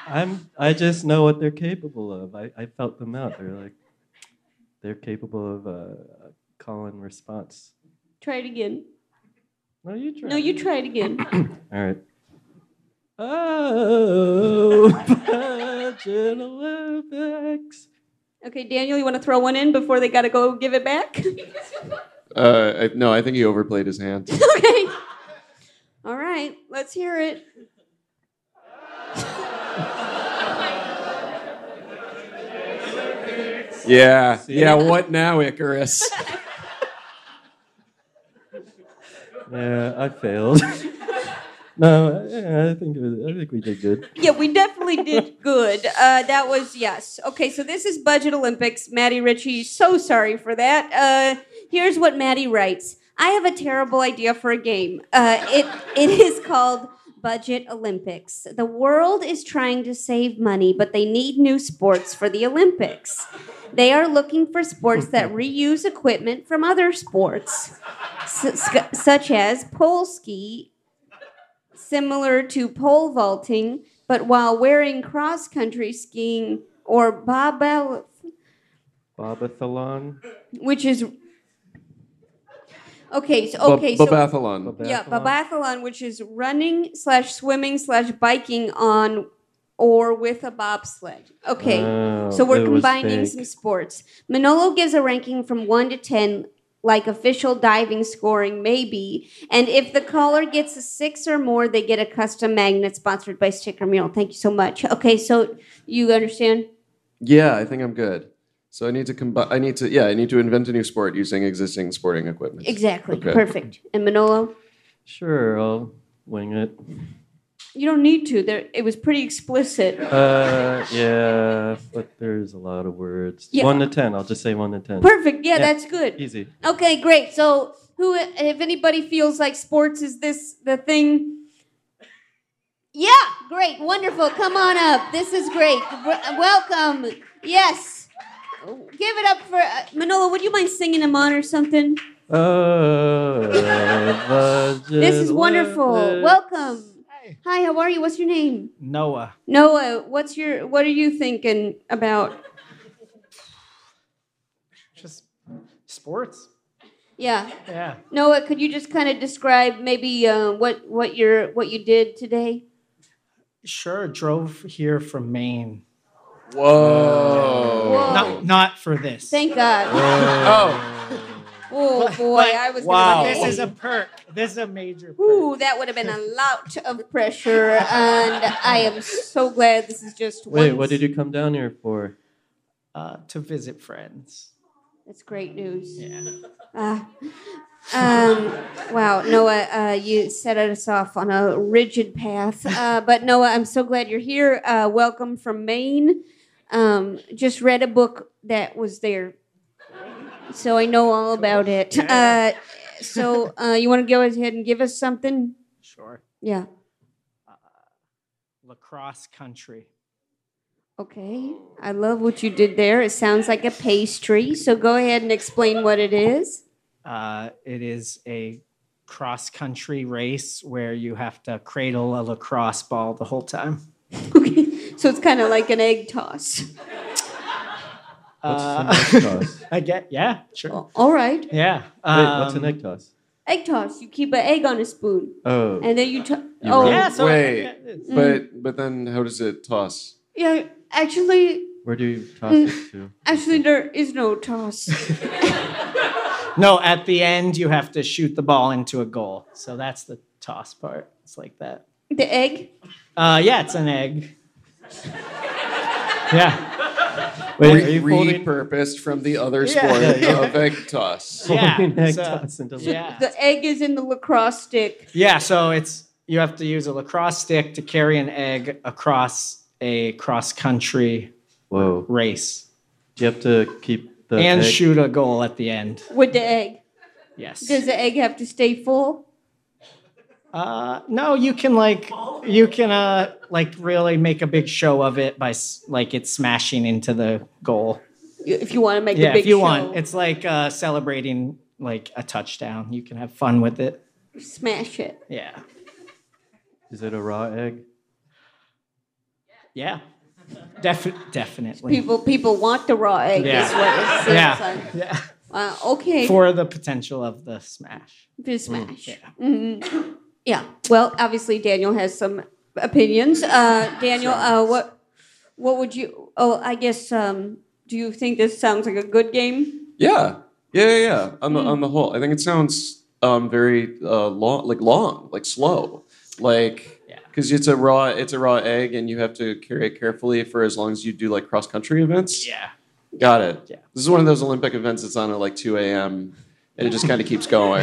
[SPEAKER 3] I'm. I just know what they're capable of. I, I felt them out. They're like, they're capable of uh, a call and response.
[SPEAKER 2] Try it again.
[SPEAKER 3] No, you try.
[SPEAKER 2] No, you try it again.
[SPEAKER 3] All right. Oh, vaginal apex.
[SPEAKER 2] Okay, Daniel, you want to throw one in before they got to go give it back?
[SPEAKER 4] Uh, I, no, I think he overplayed his hand.
[SPEAKER 2] okay. All right, let's hear it.
[SPEAKER 4] yeah. Yeah. What now, Icarus?
[SPEAKER 3] Yeah, I failed. no, yeah, I think it was, I think we did good.
[SPEAKER 2] Yeah, we definitely did good. Uh, that was yes. Okay, so this is Budget Olympics. Maddie Ritchie, so sorry for that. Uh, here's what Maddie writes. I have a terrible idea for a game. Uh, it it is called Budget Olympics. The world is trying to save money, but they need new sports for the Olympics. They are looking for sports that reuse equipment from other sports, su- sc- such as pole ski similar to pole vaulting, but while wearing cross country skiing or bobble,
[SPEAKER 3] Bobathlon.
[SPEAKER 2] which is okay. So
[SPEAKER 4] Ba-
[SPEAKER 2] okay, so
[SPEAKER 4] Babathlon.
[SPEAKER 2] yeah, babathlon, which is running slash swimming slash biking on or with a bobsled. Okay.
[SPEAKER 3] Oh,
[SPEAKER 2] So we're
[SPEAKER 3] it was
[SPEAKER 2] combining
[SPEAKER 3] fake.
[SPEAKER 2] some sports. Manolo gives a ranking from one to ten, like official diving scoring, maybe. And if the caller gets a six or more, they get a custom magnet sponsored by Sticker Mule. Thank you so much. Okay, so you understand?
[SPEAKER 4] Yeah, I think I'm good. So I need to combine. I need to. Yeah, I need to invent a new sport using existing sporting equipment.
[SPEAKER 2] Exactly.
[SPEAKER 4] Okay.
[SPEAKER 2] Perfect. And Manolo,
[SPEAKER 3] Sure, I'll wing it.
[SPEAKER 2] you don't need to. There, it was pretty explicit.
[SPEAKER 3] Uh, yeah, but there's a lot of words.
[SPEAKER 2] Yeah.
[SPEAKER 3] One to ten. I'll just say one to ten.
[SPEAKER 2] Perfect. Yeah,
[SPEAKER 3] Yeah.
[SPEAKER 2] that's good.
[SPEAKER 3] Easy.
[SPEAKER 2] Okay, great. So who, if anybody feels like sports is this the thing? Yeah, great, wonderful. Come on up. This is great. W- Welcome. Yes. Give it up for uh, Manolo. Would you mind singing him on or something?
[SPEAKER 3] Oh,
[SPEAKER 2] This is wonderful. Welcome.
[SPEAKER 7] Hey.
[SPEAKER 2] Hi, how are you? What's your name?
[SPEAKER 7] Noah.
[SPEAKER 2] Noah. What's your? What are you thinking about?
[SPEAKER 7] Just sports.
[SPEAKER 2] Yeah,
[SPEAKER 7] Yeah.
[SPEAKER 2] Noah. Could you just kind of describe maybe uh, what what your what you did today?
[SPEAKER 7] Sure. Drove here from Maine.
[SPEAKER 4] Whoa.
[SPEAKER 2] Whoa.
[SPEAKER 7] Not not for this.
[SPEAKER 2] Thank God.
[SPEAKER 4] Oh.
[SPEAKER 2] Oh boy,
[SPEAKER 7] But-
[SPEAKER 2] I was
[SPEAKER 7] But
[SPEAKER 2] gonna
[SPEAKER 7] this
[SPEAKER 2] say-
[SPEAKER 7] is a perk. This is a major perk.
[SPEAKER 2] Ooh, that would have been a lot of pressure, and I am so glad this is just one.
[SPEAKER 3] Wait, what did you come down here for?
[SPEAKER 7] Uh, to visit friends.
[SPEAKER 2] That's great news.
[SPEAKER 7] Yeah.
[SPEAKER 2] Ah. um, wow, Noah, uh, you set us off on a rigid path. Uh, but Noah, I'm so glad you're here. Uh, welcome from Maine. Um, just read a book that was there, so I know all about it. Uh, so uh, you want to go ahead and give us something?
[SPEAKER 7] Sure.
[SPEAKER 2] Yeah.
[SPEAKER 7] Lacrosse country.
[SPEAKER 2] Okay, I love what you did there. It sounds like a pastry. So go ahead and explain what it is.
[SPEAKER 7] Uh, it is a cross country race where you have to cradle a lacrosse ball the whole time.
[SPEAKER 2] Okay, so it's kind of like an egg toss.
[SPEAKER 3] What's
[SPEAKER 7] Uh,
[SPEAKER 3] an egg toss?
[SPEAKER 7] I get. Yeah.
[SPEAKER 4] Oh,
[SPEAKER 7] Sure.
[SPEAKER 2] Well, All right,
[SPEAKER 7] Yeah.
[SPEAKER 3] Wait, what's an
[SPEAKER 7] um,
[SPEAKER 3] egg toss?
[SPEAKER 2] egg toss. You keep an egg on a spoon,
[SPEAKER 3] Oh,
[SPEAKER 2] and then you. To-
[SPEAKER 3] You
[SPEAKER 2] oh, Mm.
[SPEAKER 3] roll.
[SPEAKER 7] Yeah. So
[SPEAKER 4] Wait.
[SPEAKER 7] I- I-
[SPEAKER 4] But but then how does it toss?
[SPEAKER 2] yeah. Actually, mm,
[SPEAKER 3] where do you toss it to?
[SPEAKER 2] actually, there is no toss.
[SPEAKER 7] No, at the end you have to shoot the ball into a goal. So that's the toss part. It's like that.
[SPEAKER 2] the egg.
[SPEAKER 7] Uh, yeah, it's an egg. Yeah.
[SPEAKER 3] Wait,
[SPEAKER 4] Re-
[SPEAKER 3] are you folding?
[SPEAKER 4] repurposed from the other
[SPEAKER 7] Yeah.
[SPEAKER 4] sport
[SPEAKER 7] Yeah, yeah.
[SPEAKER 4] of egg toss.
[SPEAKER 7] Yeah,
[SPEAKER 3] Folding egg
[SPEAKER 7] so-
[SPEAKER 3] toss into the-
[SPEAKER 7] yeah.
[SPEAKER 2] The egg is in the lacrosse stick.
[SPEAKER 7] Yeah, so it's you have to use a lacrosse stick to carry an egg across a cross country
[SPEAKER 3] Whoa.
[SPEAKER 7] race
[SPEAKER 3] You have to keep the
[SPEAKER 7] and
[SPEAKER 3] egg-
[SPEAKER 7] shoot a goal at the end.
[SPEAKER 2] With the egg,
[SPEAKER 7] Yes.
[SPEAKER 2] does the egg have to stay full?
[SPEAKER 7] Uh, no, you can like you can uh like really make a big show of it by s- like it smashing into the goal.
[SPEAKER 2] If you want to make
[SPEAKER 7] Yeah,
[SPEAKER 2] a big
[SPEAKER 7] if you
[SPEAKER 2] show,
[SPEAKER 7] want, it's like uh, celebrating like a touchdown. You can have fun with it.
[SPEAKER 2] smash it.
[SPEAKER 7] Yeah.
[SPEAKER 3] Is it a raw egg?
[SPEAKER 7] Yeah. Defi- definitely.
[SPEAKER 2] People people want the raw egg.
[SPEAKER 7] Yeah.
[SPEAKER 2] Is what it seems
[SPEAKER 7] Yeah.
[SPEAKER 2] like.
[SPEAKER 7] yeah.
[SPEAKER 2] Wow, Uh, okay.
[SPEAKER 7] For the potential of the smash. Mm.
[SPEAKER 2] the smash.
[SPEAKER 7] yeah.
[SPEAKER 2] Mhm. yeah. Well, obviously Daniel has some opinions. Uh, Daniel, uh, what what would you? Oh, I guess. Um, do you think this sounds like a good game?
[SPEAKER 4] Yeah, yeah, yeah. yeah. On
[SPEAKER 7] Hmm.
[SPEAKER 4] the on the whole, I think it sounds um, very uh, long, like long, like slow, like
[SPEAKER 7] Yeah.
[SPEAKER 4] because it's a raw it's a raw egg, and you have to carry it carefully for as long as you do like cross country events.
[SPEAKER 7] Yeah.
[SPEAKER 4] Got it.
[SPEAKER 7] Yeah.
[SPEAKER 4] This is one of those Olympic events that's on at like 2 a.m. and it just kind of keeps going.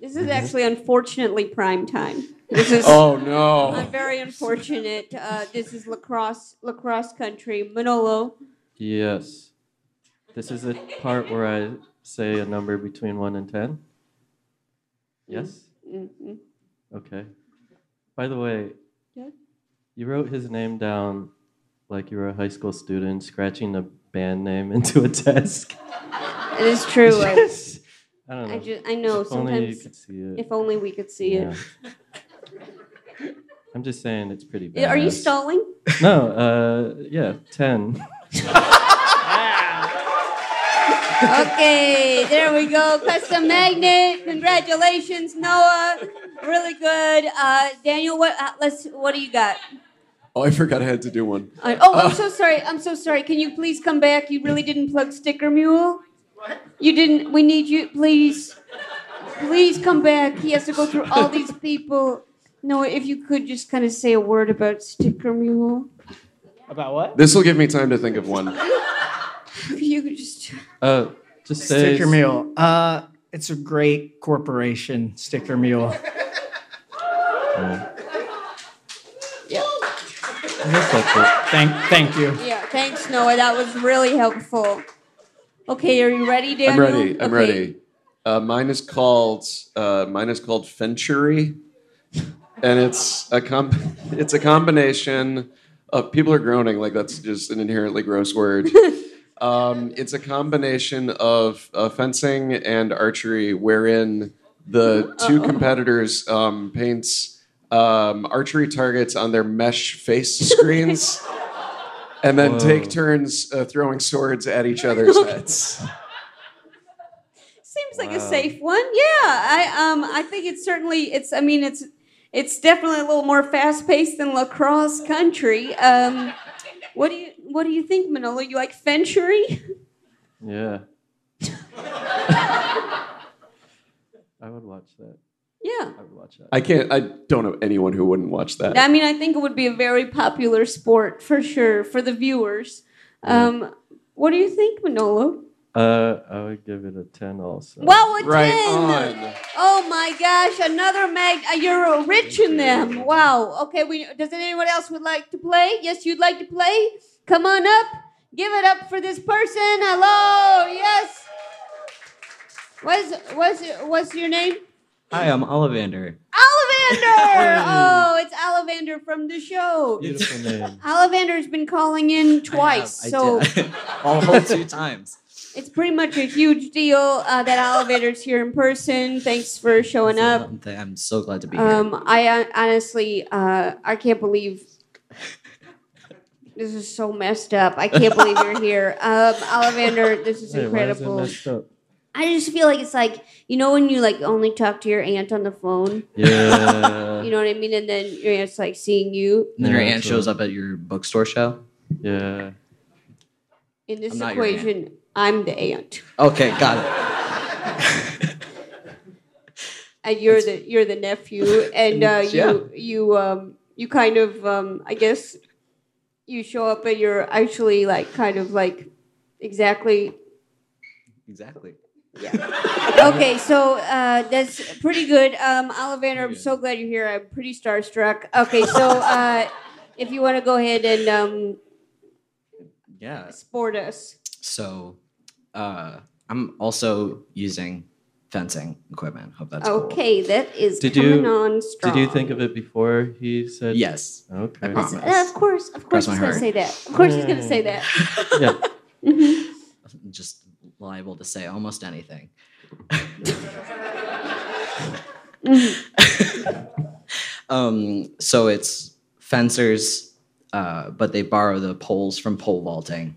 [SPEAKER 2] This is actually unfortunately prime time. This is.
[SPEAKER 4] oh no.
[SPEAKER 2] I'm very unfortunate. Uh, this is lacrosse, lacrosse country. Manolo,
[SPEAKER 3] Yes. This is the part where I say a number between 1 and 10. Yes?
[SPEAKER 2] Mhm.
[SPEAKER 3] Okay. By the way,
[SPEAKER 2] Yeah?
[SPEAKER 3] you wrote his name down like you were a high school student, scratching a band name into a desk.
[SPEAKER 2] it is true. I,
[SPEAKER 3] Yes. I don't know.
[SPEAKER 2] I just, I know.
[SPEAKER 3] if only you
[SPEAKER 2] Sometimes,
[SPEAKER 3] could see it.
[SPEAKER 2] if only we could see
[SPEAKER 3] Yeah. I'm just saying it's pretty
[SPEAKER 2] it. Are you
[SPEAKER 3] badass.
[SPEAKER 2] stalling?
[SPEAKER 3] No, uh, yeah, 10.
[SPEAKER 2] Okay, there we go. Custom magnet. Congratulations, Noah. Really good. Uh, Daniel, what? Uh, let's. What do you got?
[SPEAKER 4] Oh, I forgot I had to do one.
[SPEAKER 2] Uh, oh, I'm so sorry. I'm so sorry. Can you please come back? You really didn't plug Sticker Mule. You didn't. We need you, please. Please come back. He has to go through all these people. Noah, if you could just kind of say a word about Sticker Mule.
[SPEAKER 7] About what?
[SPEAKER 4] This will give me time to think of one.
[SPEAKER 2] If you could just.
[SPEAKER 3] Uh, just say
[SPEAKER 7] Sticker Mule. Uh, it's a great corporation, Sticker Mule.
[SPEAKER 2] Yeah.
[SPEAKER 3] I guess that's it.
[SPEAKER 7] Thank, thank you.
[SPEAKER 2] Yeah, thanks, Noah. That was really helpful. Okay, are you ready, Daniel?
[SPEAKER 4] I'm ready. I'm
[SPEAKER 2] Okay.
[SPEAKER 4] ready. Uh, mine is called uh, mine is called Fentury, and it's a comp- it's a combination of people are groaning like that's just an inherently gross word. um, it's a combination of uh, fencing and archery, wherein the 2 competitors um, paints um, archery targets on their mesh face screens. And then
[SPEAKER 3] Whoa.
[SPEAKER 4] take turns uh, throwing swords at each other's heads.
[SPEAKER 2] Seems like a
[SPEAKER 3] Wow.
[SPEAKER 2] safe one. Yeah, I um, I think it's certainly it's. I mean, it's it's definitely a little more fast paced than lacrosse country. Um, what do you what do you think, Manolo? You like Fentury?
[SPEAKER 3] Yeah. I would watch that.
[SPEAKER 2] Yeah.
[SPEAKER 3] I would watch that.
[SPEAKER 4] I can't. I don't know anyone who wouldn't watch that.
[SPEAKER 2] I mean, I think it would be a very popular sport for sure for the viewers. Um, what do you think, Manolo?
[SPEAKER 3] Uh, I would give it a 10 also.
[SPEAKER 2] Wow, a
[SPEAKER 4] right
[SPEAKER 2] ten.
[SPEAKER 4] on.
[SPEAKER 2] Oh my gosh, another mag. uh, You're rich in them. Wow. Okay, we, does anyone else would like to play? Yes, you'd like to play? Come on up. Give it up for this person. Hello. Yes. What's what's what's your name?
[SPEAKER 8] Hi, I'm Ollivander.
[SPEAKER 2] Ollivander. oh, it's Ollivander from the show.
[SPEAKER 3] Beautiful name.
[SPEAKER 2] Ollivander's been calling in twice, so
[SPEAKER 8] Um, I did. All whole two times.
[SPEAKER 2] it's pretty much a huge deal uh, that Ollivander's here in person. Thanks for showing
[SPEAKER 8] So,
[SPEAKER 2] up.
[SPEAKER 8] um, th- I'm so glad to be here.
[SPEAKER 2] Um, I hon- honestly, uh, I can't believe this is so messed up. I can't believe you're here, um, Ollivander. This is
[SPEAKER 3] Wait, why is it
[SPEAKER 2] incredible.
[SPEAKER 3] messed up?
[SPEAKER 2] I just feel like it's like you know when you like only talk to your aunt on the phone.
[SPEAKER 3] Yeah.
[SPEAKER 2] You know what I mean? And then your aunt's like seeing you
[SPEAKER 8] And then your
[SPEAKER 3] Yeah,
[SPEAKER 8] aunt
[SPEAKER 3] so-
[SPEAKER 8] shows up at your bookstore show.
[SPEAKER 3] yeah.
[SPEAKER 2] in this
[SPEAKER 8] I'm not your aunt.
[SPEAKER 2] equation. I'm the aunt,
[SPEAKER 8] Okay, got
[SPEAKER 2] and you're the you're the nephew, and uh,
[SPEAKER 8] Yeah.
[SPEAKER 2] you you um, you kind of um, I guess you show up and you're actually like kind of like exactly
[SPEAKER 8] Exactly.
[SPEAKER 2] okay, so uh, that's pretty good. Um, Ollivander, I'm
[SPEAKER 8] Pretty good.
[SPEAKER 2] so glad you're here. I'm pretty starstruck. Okay, so uh, if you want to go ahead and um,
[SPEAKER 8] Yeah.
[SPEAKER 2] sport us.
[SPEAKER 8] So uh, I'm also using fencing equipment. Hope that's cool.
[SPEAKER 2] okay, that is
[SPEAKER 3] Did
[SPEAKER 2] coming
[SPEAKER 3] you-
[SPEAKER 2] on strong.
[SPEAKER 3] Did you think of it before he said?
[SPEAKER 8] Yes.
[SPEAKER 3] Okay.
[SPEAKER 8] promise.
[SPEAKER 2] Uh, of course, of course,
[SPEAKER 8] Cross my
[SPEAKER 2] he's going to
[SPEAKER 8] heart.
[SPEAKER 2] say that. Of course, he's going to say that. Mm-hmm.
[SPEAKER 3] yeah.
[SPEAKER 8] I'm just liable to say almost anything. um, so it's fencers, uh, but they borrow the poles from pole vaulting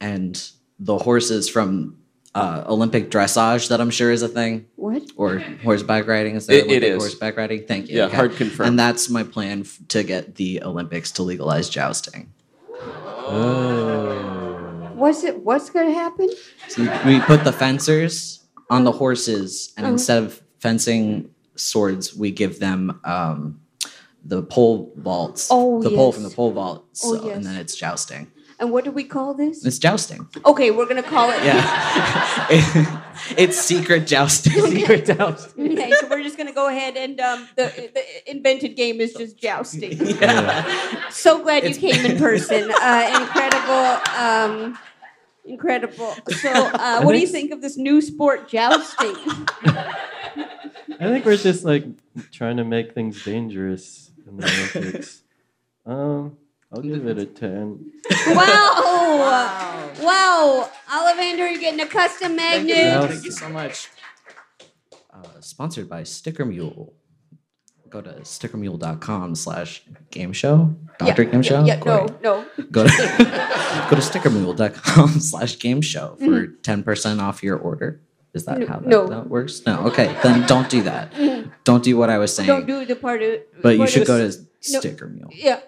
[SPEAKER 8] and the horses from uh, Olympic dressage, that I'm sure is a thing,
[SPEAKER 2] What?
[SPEAKER 8] or horseback riding. Is that
[SPEAKER 4] It- it
[SPEAKER 8] Olympic
[SPEAKER 4] is.
[SPEAKER 8] horseback riding? Thank you.
[SPEAKER 4] Yeah, hard confirmed.
[SPEAKER 8] And that's my plan f- to get the Olympics to legalize jousting.
[SPEAKER 4] Oh.
[SPEAKER 2] What's it? What's going to happen?
[SPEAKER 8] So we put the fencers on the horses,
[SPEAKER 2] Oh.
[SPEAKER 8] and instead of fencing swords, we give them um, the pole vaults.
[SPEAKER 2] Oh,
[SPEAKER 8] the pole
[SPEAKER 2] yes.
[SPEAKER 8] from the pole vault.
[SPEAKER 2] Oh,
[SPEAKER 8] So,
[SPEAKER 2] yes.
[SPEAKER 8] And then it's jousting.
[SPEAKER 2] And what do we call this?
[SPEAKER 8] It's jousting.
[SPEAKER 2] Okay, we're going to call it.
[SPEAKER 8] Yeah. it's secret jousting.
[SPEAKER 3] Secret doubt.
[SPEAKER 2] Okay, so we're just going to go ahead and um, the, the invented game is just jousting. So glad you
[SPEAKER 8] It's-
[SPEAKER 2] came in person. Uh, incredible. Um, incredible. So, uh, what do you think of this new sport, jousting?
[SPEAKER 3] I think we're just like trying to make things dangerous in the Olympics. um, I'll give it a ten.
[SPEAKER 2] wow. wow. Ollivander, you're getting a custom magnet.
[SPEAKER 3] Joust-
[SPEAKER 8] Thank you so much. Uh, sponsored by Sticker Mule. Go to stickermule.com slash game show. Dr. game show?
[SPEAKER 2] Yeah,
[SPEAKER 8] Great.
[SPEAKER 2] no, no.
[SPEAKER 8] go to, go to stickermule.com slash game show for 10% off your order. Is that
[SPEAKER 2] Mm-hmm. No-
[SPEAKER 8] how that,
[SPEAKER 2] no.
[SPEAKER 8] that works? No. Okay, then don't do that. Don't do what I was saying.
[SPEAKER 2] Don't do the part of
[SPEAKER 8] but you
[SPEAKER 2] part
[SPEAKER 8] should
[SPEAKER 2] of-
[SPEAKER 8] go to
[SPEAKER 2] no.
[SPEAKER 8] sticker mule.
[SPEAKER 2] Yeah.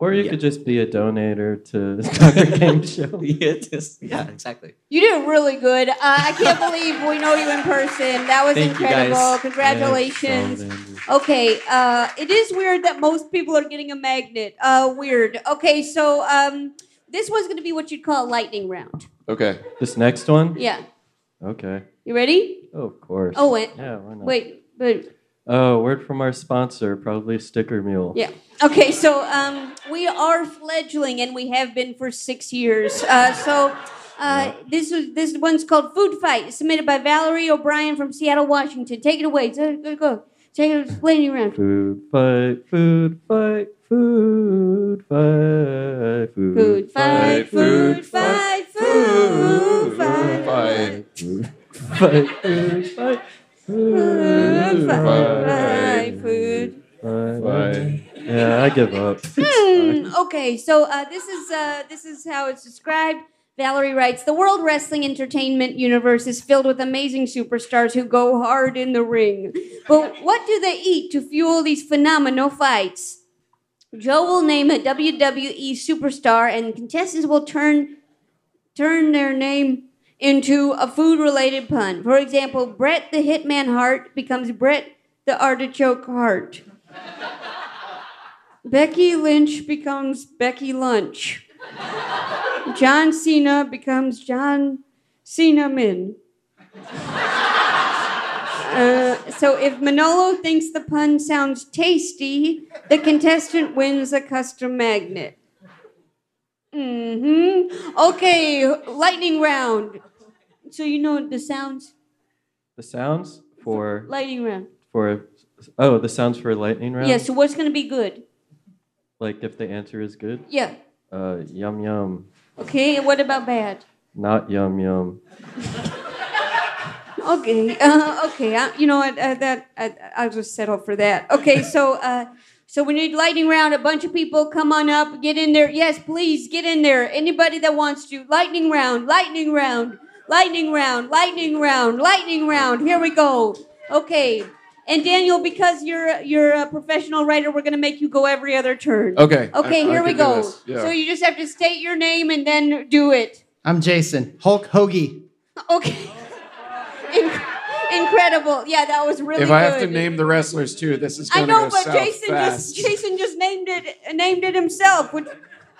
[SPEAKER 3] Or you
[SPEAKER 8] Yeah.
[SPEAKER 3] could just be a donator to Dr. Game Show.
[SPEAKER 8] yeah, just- yeah, exactly.
[SPEAKER 2] You did really good. Uh, I can't believe we know you in person. That was
[SPEAKER 8] Thank you, guys.
[SPEAKER 2] incredible.
[SPEAKER 3] Thanks,
[SPEAKER 2] Congratulations.
[SPEAKER 3] Ollivander.
[SPEAKER 2] Okay, uh, it is weird that most people are getting a magnet. Uh, weird. Okay, so um, this was going to be what you'd call a lightning round.
[SPEAKER 4] Okay.
[SPEAKER 3] This next one?
[SPEAKER 2] Yeah.
[SPEAKER 3] Okay.
[SPEAKER 2] You ready?
[SPEAKER 3] Oh, of course.
[SPEAKER 2] Oh, wait.
[SPEAKER 3] Yeah, why not?
[SPEAKER 2] Wait, but
[SPEAKER 3] Oh, word from our sponsor, probably Sticker Mule.
[SPEAKER 2] yeah. Okay, so um, we are fledgling, and we have been for six years. Uh, so. Uh, this was, this one's called Food Fight, submitted by Valerie O'Brien from Seattle, Washington. Take it away. Go, go, go. Take it, explain it around.
[SPEAKER 3] Food fight, food fight, food fight, food,
[SPEAKER 2] Food fight, food fight, food fight.
[SPEAKER 4] Bye.
[SPEAKER 3] food fight, food fight,
[SPEAKER 2] Food
[SPEAKER 3] food
[SPEAKER 2] fight,
[SPEAKER 3] fight,
[SPEAKER 2] food.
[SPEAKER 3] fight.
[SPEAKER 4] Bye.
[SPEAKER 3] Yeah, I give up.
[SPEAKER 2] Hmm, okay, so uh, this is uh, this is how it's described. Valerie writes: The World Wrestling Entertainment universe is filled with amazing superstars who go hard in the ring. But what do they eat to fuel these phenomenal fights? Joe will name a WWE superstar, and contestants will turn turn their name into a food-related pun. For example, Brett the Hitman Hart becomes Brett the Artichoke Heart. Becky Lynch becomes Becky Lunch. John Cena becomes John Cena Min. Uh, so if Manolo thinks the pun sounds tasty, the contestant wins a custom magnet. Mm-hmm. Okay, lightning round. So you know the sounds?
[SPEAKER 3] The sounds for
[SPEAKER 2] Lightning round.
[SPEAKER 3] for oh, the sounds for lightning round.
[SPEAKER 2] Yeah, so what's going to be good?
[SPEAKER 3] Like if the answer is good,
[SPEAKER 2] Yeah.
[SPEAKER 3] uh, yum yum,
[SPEAKER 2] Okay, and what about bad?
[SPEAKER 3] not yum yum.
[SPEAKER 2] Okay, uh, okay. Uh, you know what? Uh, that I, I'll just settle for that. Okay, so uh, so we need lightning round. A bunch of people come on up, get in there. Yes, please get in there. Anybody that wants to. Lightning round. Lightning round. Lightning round. Lightning round. Lightning round. Here we go. Okay. And Daniel, because you're you're a professional writer, we're gonna make you go every other turn.
[SPEAKER 4] Okay. I-
[SPEAKER 2] Okay,
[SPEAKER 4] I
[SPEAKER 2] here
[SPEAKER 4] can
[SPEAKER 2] we
[SPEAKER 4] do
[SPEAKER 2] go.
[SPEAKER 4] this. Yeah.
[SPEAKER 2] So you just have to state your name and then do it.
[SPEAKER 9] I'm Jason. Hulk Hoagie.
[SPEAKER 2] Okay. In- incredible. Yeah, that was really
[SPEAKER 4] if I
[SPEAKER 2] good.
[SPEAKER 4] have to name the wrestlers too, this is
[SPEAKER 2] I
[SPEAKER 4] going to
[SPEAKER 2] know,
[SPEAKER 4] go
[SPEAKER 2] but
[SPEAKER 4] south
[SPEAKER 2] Jason
[SPEAKER 4] fast.
[SPEAKER 2] just Jason just named it named it himself, which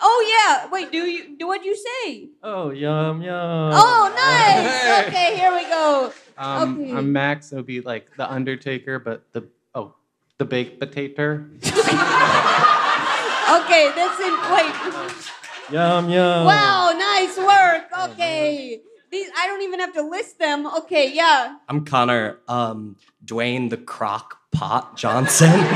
[SPEAKER 2] Oh yeah. Wait. Do you do what you say?
[SPEAKER 10] Uh,
[SPEAKER 3] Oh, yum, yum.
[SPEAKER 2] Oh, nice. Okay. Here we go.
[SPEAKER 10] Um,
[SPEAKER 2] Okay.
[SPEAKER 10] I'm Max. It'll be like the Undertaker, but the oh, the baked potato.
[SPEAKER 2] Okay. That's it. Wait.
[SPEAKER 3] Yum,
[SPEAKER 10] Uh,
[SPEAKER 3] yum.
[SPEAKER 2] Wow. Nice work. Okay. These I don't even have to list them. Okay. Yeah.
[SPEAKER 9] I'm Connor. Um, Dwayne the Crock Pot Johnson.
[SPEAKER 3] Yum,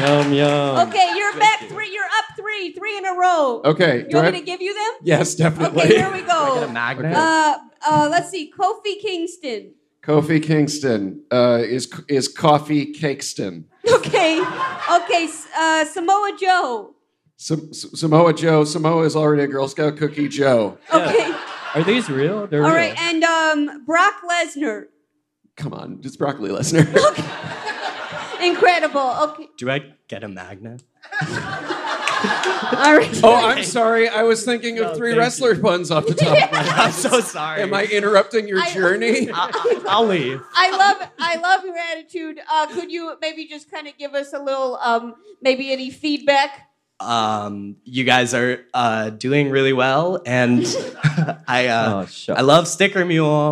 [SPEAKER 9] Uh,
[SPEAKER 3] yum.
[SPEAKER 2] Okay. You're back three. You're up three. Three in a row.
[SPEAKER 4] Okay.
[SPEAKER 2] You
[SPEAKER 4] do I-
[SPEAKER 2] want me to give you them?
[SPEAKER 4] yes, definitely.
[SPEAKER 2] Okay. Here we go.
[SPEAKER 10] Magnet.
[SPEAKER 2] Uh, uh, let's see. Kofi Kingston.
[SPEAKER 4] Kofi Kingston uh, is is Coffee Cakeston.
[SPEAKER 2] Okay. Okay. S- Uh, Samoa Joe.
[SPEAKER 4] Sam- S- Samoa Joe. Samoa is already a Girl Scout cookie. Joe.
[SPEAKER 2] Okay.
[SPEAKER 3] Are these
[SPEAKER 4] Oh,
[SPEAKER 3] real? They're
[SPEAKER 2] All
[SPEAKER 3] real.
[SPEAKER 2] right. And um, Brock Lesnar.
[SPEAKER 4] Come on, it's broccoli listener.
[SPEAKER 2] Incredible. Okay.
[SPEAKER 9] Do I get a magnet?
[SPEAKER 2] All right.
[SPEAKER 4] oh, I'm sorry. I was thinking of
[SPEAKER 7] No,
[SPEAKER 4] three
[SPEAKER 7] thank
[SPEAKER 4] wrestler puns off the top. of my head.
[SPEAKER 9] I'm so sorry.
[SPEAKER 4] Am I interrupting your
[SPEAKER 2] I-
[SPEAKER 4] journey?
[SPEAKER 7] I, I'll leave.
[SPEAKER 2] I love I love your attitude. Uh, could you maybe just kind of give us a little um, maybe any feedback?
[SPEAKER 9] Um, you guys are uh, doing really well, and I uh,
[SPEAKER 3] Oh, shut
[SPEAKER 9] I love Sticker Mule.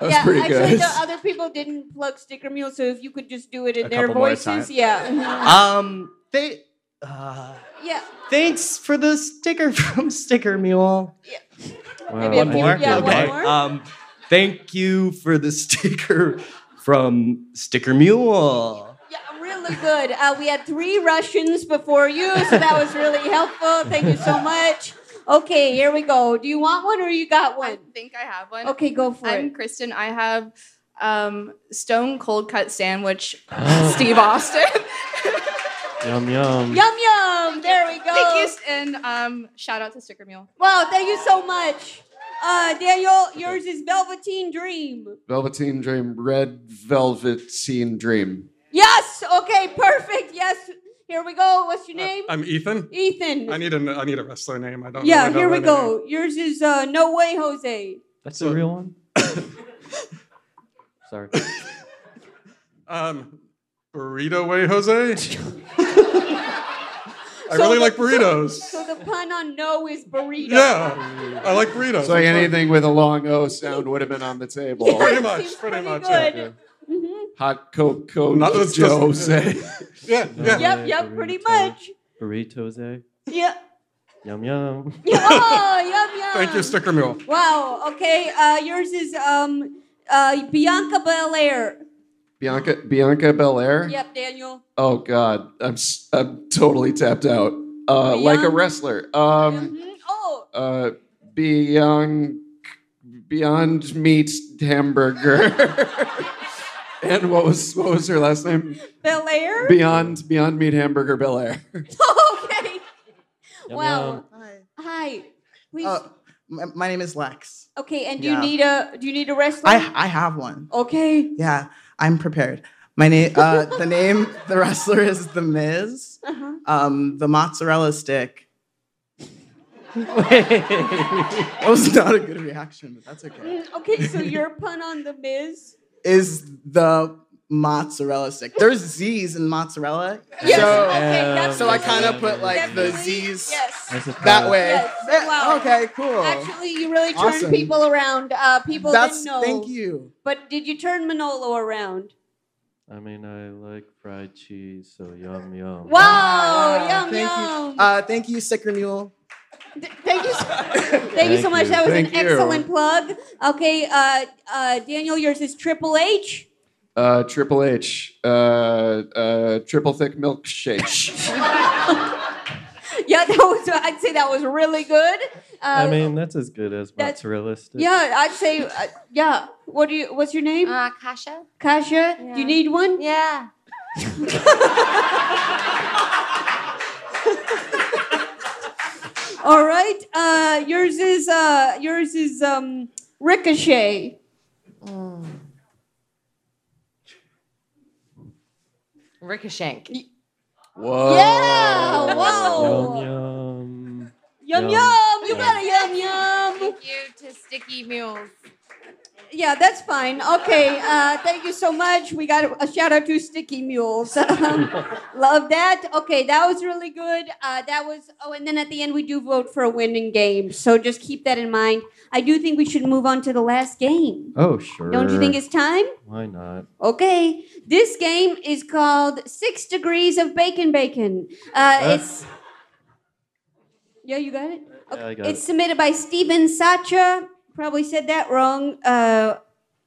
[SPEAKER 4] That was pretty
[SPEAKER 2] actually
[SPEAKER 4] good.
[SPEAKER 2] the other people didn't plug sticker mule, so if you could just do it in
[SPEAKER 9] A
[SPEAKER 2] their
[SPEAKER 9] couple more
[SPEAKER 2] voices,
[SPEAKER 9] times.
[SPEAKER 2] yeah.
[SPEAKER 9] Um, they. Uh,
[SPEAKER 2] Yeah.
[SPEAKER 9] thanks for the sticker from Sticker Mule.
[SPEAKER 2] Maybe
[SPEAKER 3] Wow.
[SPEAKER 2] a few, yeah,
[SPEAKER 9] okay.
[SPEAKER 2] one more.
[SPEAKER 9] Um, thank you for the sticker from Sticker Mule.
[SPEAKER 2] Yeah, really good. Uh, we had three Russians before you, so that was really helpful. Thank you so much. Okay, here we go. Do you want one or you got
[SPEAKER 11] I
[SPEAKER 2] one?
[SPEAKER 11] think I have one.
[SPEAKER 2] Okay, go for
[SPEAKER 11] I'm
[SPEAKER 2] it.
[SPEAKER 11] Kristen. I have um, Stone Cold Cut Sandwich, Steve Austin.
[SPEAKER 3] Yum, yum.
[SPEAKER 2] Yum yum. There we go.
[SPEAKER 11] Thank you, and um, shout out to Sticker Mule.
[SPEAKER 2] Wow, thank you so much. Uh, Daniel, yours is Velveteen Dream.
[SPEAKER 4] Velveteen Dream, Red Velveteen Dream.
[SPEAKER 2] Yes. Okay. Perfect. Yes. Here we go. What's your name?
[SPEAKER 12] Uh, I'm Ethan.
[SPEAKER 2] Ethan.
[SPEAKER 12] I need a I need a wrestler name. I don't.
[SPEAKER 2] yeah.
[SPEAKER 12] really know
[SPEAKER 2] Here we
[SPEAKER 12] any name.
[SPEAKER 2] go. Yours is uh, No Way Jose.
[SPEAKER 3] That's a real one? Sorry.
[SPEAKER 12] Um, burrito way, Jose. I
[SPEAKER 2] So
[SPEAKER 12] really
[SPEAKER 2] the-
[SPEAKER 12] like burritos.
[SPEAKER 2] So the pun on no is burrito.
[SPEAKER 12] Yeah, I like burritos.
[SPEAKER 4] So anything with a long O sound would have been on the table.
[SPEAKER 12] Pretty much,
[SPEAKER 2] Seems
[SPEAKER 12] pretty much, yeah,
[SPEAKER 2] Good.
[SPEAKER 4] Hot Coco
[SPEAKER 12] Not that it's
[SPEAKER 4] Joe.
[SPEAKER 12] just-
[SPEAKER 4] say.
[SPEAKER 12] Yeah, yeah.
[SPEAKER 2] Yep. Yep. Pretty
[SPEAKER 3] Burrito.
[SPEAKER 2] much.
[SPEAKER 3] Burritos, eh?
[SPEAKER 2] Yep.
[SPEAKER 3] Yum, yum.
[SPEAKER 2] Oh, yum yum.
[SPEAKER 12] Thank you, Sticker Mule.
[SPEAKER 2] Wow. Okay. Uh, yours is um, uh, Bianca Belair.
[SPEAKER 4] Bianca Bianca Belair.
[SPEAKER 2] Yep, Daniel.
[SPEAKER 4] Oh God, I'm s- I'm totally tapped out. Uh,
[SPEAKER 2] Bian-
[SPEAKER 4] like a wrestler. Um,
[SPEAKER 2] Mhm. Oh,
[SPEAKER 4] uh, beyond Beyond Meat Hamburger. and what was what was her last name?
[SPEAKER 2] Belair.
[SPEAKER 4] Beyond Beyond Meat Hamburger Belair.
[SPEAKER 2] okay.
[SPEAKER 3] Yum,
[SPEAKER 2] Wow.
[SPEAKER 3] yum.
[SPEAKER 2] Hi. Please.
[SPEAKER 13] Uh, m- my name is Lex.
[SPEAKER 2] okay. And do
[SPEAKER 13] yeah.
[SPEAKER 2] you need a do you need a wrestler?
[SPEAKER 13] I I have one.
[SPEAKER 2] okay.
[SPEAKER 13] Yeah, I'm prepared. My name, uh, the name, the wrestler is the Miz.
[SPEAKER 2] Uh-huh.
[SPEAKER 13] Um, the mozzarella stick. That was not a good reaction, but that's okay.
[SPEAKER 2] Mm, Okay. So your pun on the Miz.
[SPEAKER 13] Is the mozzarella stick? There's Z's in mozzarella,
[SPEAKER 2] Yes.
[SPEAKER 13] so uh,
[SPEAKER 2] okay.
[SPEAKER 3] Um,
[SPEAKER 2] Yes,
[SPEAKER 13] so I
[SPEAKER 2] yes,
[SPEAKER 13] kind of put like the
[SPEAKER 2] definitely.
[SPEAKER 13] Z's
[SPEAKER 2] Yes.
[SPEAKER 3] That's a
[SPEAKER 13] that way.
[SPEAKER 2] Yes,
[SPEAKER 13] That-
[SPEAKER 2] wow.
[SPEAKER 13] Okay, cool.
[SPEAKER 2] Actually, you really turned
[SPEAKER 13] Awesome.
[SPEAKER 2] people around. Uh, people
[SPEAKER 13] that's
[SPEAKER 2] didn't know.
[SPEAKER 13] thank you.
[SPEAKER 2] But did you turn Manolo around?
[SPEAKER 3] I mean, I like fried cheese, so yum, yum.
[SPEAKER 2] Wow!
[SPEAKER 13] Wow,
[SPEAKER 2] Oh, yum
[SPEAKER 13] thank
[SPEAKER 2] yum.
[SPEAKER 13] You. Uh, thank you, Sicker Mule.
[SPEAKER 2] Th- Thank you. So, thank, you
[SPEAKER 3] Thank
[SPEAKER 2] so much.
[SPEAKER 3] you.
[SPEAKER 2] That was an
[SPEAKER 4] Thank you.
[SPEAKER 2] excellent plug. Okay, uh, uh, Daniel, yours is Triple H.
[SPEAKER 4] Uh, Triple H. Uh, uh, triple thick milkshake.
[SPEAKER 2] Yeah, that was. I'd say that was really good. Uh,
[SPEAKER 3] I mean, that's as good as
[SPEAKER 2] that's-
[SPEAKER 3] mozzarella sticks.
[SPEAKER 2] yeah, I'd say. Uh, yeah. What do you? What's your name?
[SPEAKER 5] Uh, Kasha?
[SPEAKER 2] Kasha. Do you need one?
[SPEAKER 5] Yeah.
[SPEAKER 2] All right. Uh, yours is. Uh, yours is um, Ricochet.
[SPEAKER 14] Ricochet.
[SPEAKER 4] Whoa.
[SPEAKER 2] Yeah.
[SPEAKER 3] Yum,
[SPEAKER 2] Whoa.
[SPEAKER 3] yum.
[SPEAKER 2] Yum yum.
[SPEAKER 3] Yum.
[SPEAKER 2] You got a yum yum.
[SPEAKER 14] Thank you to Sticky Mules.
[SPEAKER 2] yeah, that's fine. Okay, uh, thank you so much. We got a shout out to Sticky Mules. Um, love that. Okay, that was really good. Uh, that was. Oh, and then at the end we do vote for a winning game, so just keep that in mind. I do think we should move on to the last game.
[SPEAKER 3] Oh, sure.
[SPEAKER 2] Don't you think it's time?
[SPEAKER 3] Why not?
[SPEAKER 2] Okay, this game is called Six Degrees of Bacon Bacon. Uh,
[SPEAKER 3] Uh.
[SPEAKER 2] It's yeah, you got it.
[SPEAKER 3] Yeah, I got
[SPEAKER 2] It's
[SPEAKER 3] it.
[SPEAKER 2] submitted by Steven Sacha. Probably said that wrong. Uh,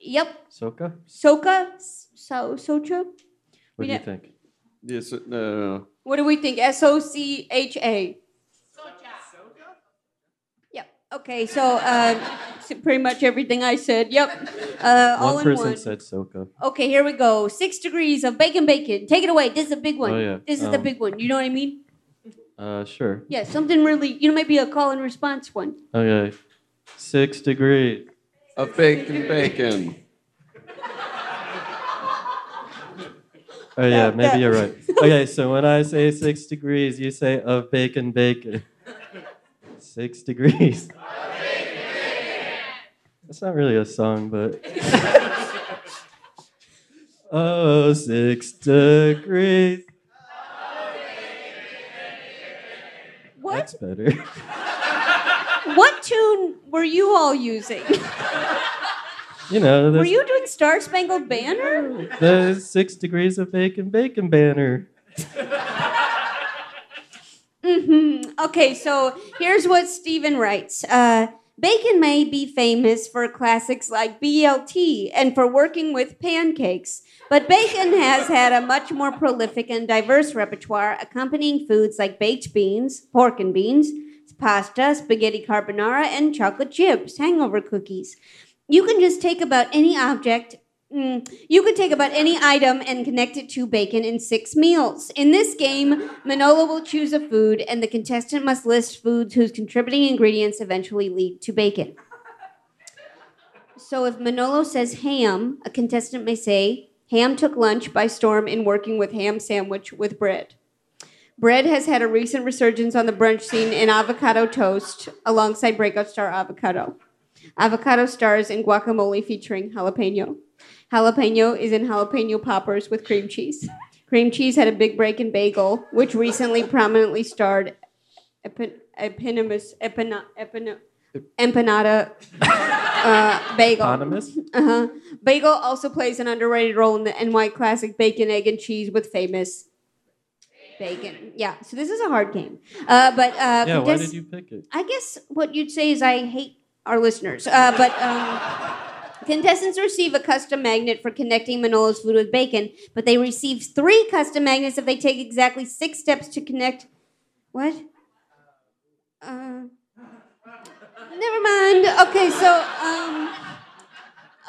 [SPEAKER 2] yep,
[SPEAKER 3] Soka?
[SPEAKER 2] Soka, so Socha.
[SPEAKER 3] What do
[SPEAKER 2] Yeah.
[SPEAKER 3] you think?
[SPEAKER 4] Yes, uh,
[SPEAKER 2] What do we think? S O C H A. Yep. Okay, so uh, s- pretty much everything I said. Yep. Uh, all
[SPEAKER 3] one
[SPEAKER 2] in
[SPEAKER 3] person
[SPEAKER 2] one.
[SPEAKER 3] said Soka.
[SPEAKER 2] Okay, here we go. Six degrees of bacon, bacon. Take it away. This is a big one.
[SPEAKER 3] Oh, yeah.
[SPEAKER 2] This is the
[SPEAKER 3] Um,
[SPEAKER 2] big one. You know what I mean?
[SPEAKER 3] Uh, sure.
[SPEAKER 2] Yeah, something really, you know, maybe a call and response one.
[SPEAKER 3] Okay. Six degree.
[SPEAKER 4] A bacon bacon.
[SPEAKER 3] Oh yeah,
[SPEAKER 4] that-
[SPEAKER 3] maybe you're right. Okay, so when I say six degrees, you say of bacon bacon. Six degrees. That's not really a song, but oh six degrees.
[SPEAKER 2] What?
[SPEAKER 3] That's better.
[SPEAKER 2] What tune were you all using?
[SPEAKER 3] You know,
[SPEAKER 2] were
[SPEAKER 3] there's
[SPEAKER 2] you doing Star Spangled Banner?
[SPEAKER 3] the six degrees of bacon bacon banner.
[SPEAKER 2] hmm Okay, so here's what Steven writes. Uh, Bacon may be famous for classics like BLT and for working with pancakes, but Bacon has had a much more prolific and diverse repertoire accompanying foods like baked beans, pork and beans, pasta, spaghetti carbonara, and chocolate chips, hangover cookies. You can just take about any object Mm, You could take about any item and connect it to bacon in six meals. In this game, Manolo will choose a food, and the contestant must list foods whose contributing ingredients eventually lead to bacon. So if Manolo says ham, a contestant may say, Ham took lunch by storm in working with ham sandwich with bread. Bread has had a recent resurgence on the brunch scene in avocado toast alongside breakout star avocado. Avocado stars in guacamole featuring jalapeno. Jalapeno is in jalapeno poppers with cream cheese. Cream cheese had a big break in bagel, which recently prominently starred epi- eponymous epina- epino- empanada uh, bagel.
[SPEAKER 3] Eponymous?
[SPEAKER 2] Uh-huh. Bagel also plays an underrated role in the NY classic Bacon, Egg, and Cheese with famous bacon. Yeah, so this is a hard game. Uh, but uh,
[SPEAKER 3] yeah, why
[SPEAKER 2] contest-
[SPEAKER 3] did you pick it?
[SPEAKER 2] I guess what you'd say is I hate our listeners, uh, but um, contestants receive a custom magnet for connecting Manolo's food with bacon, but they receive three custom magnets if they take exactly six steps to connect. What? Uh, never mind. Okay, so um,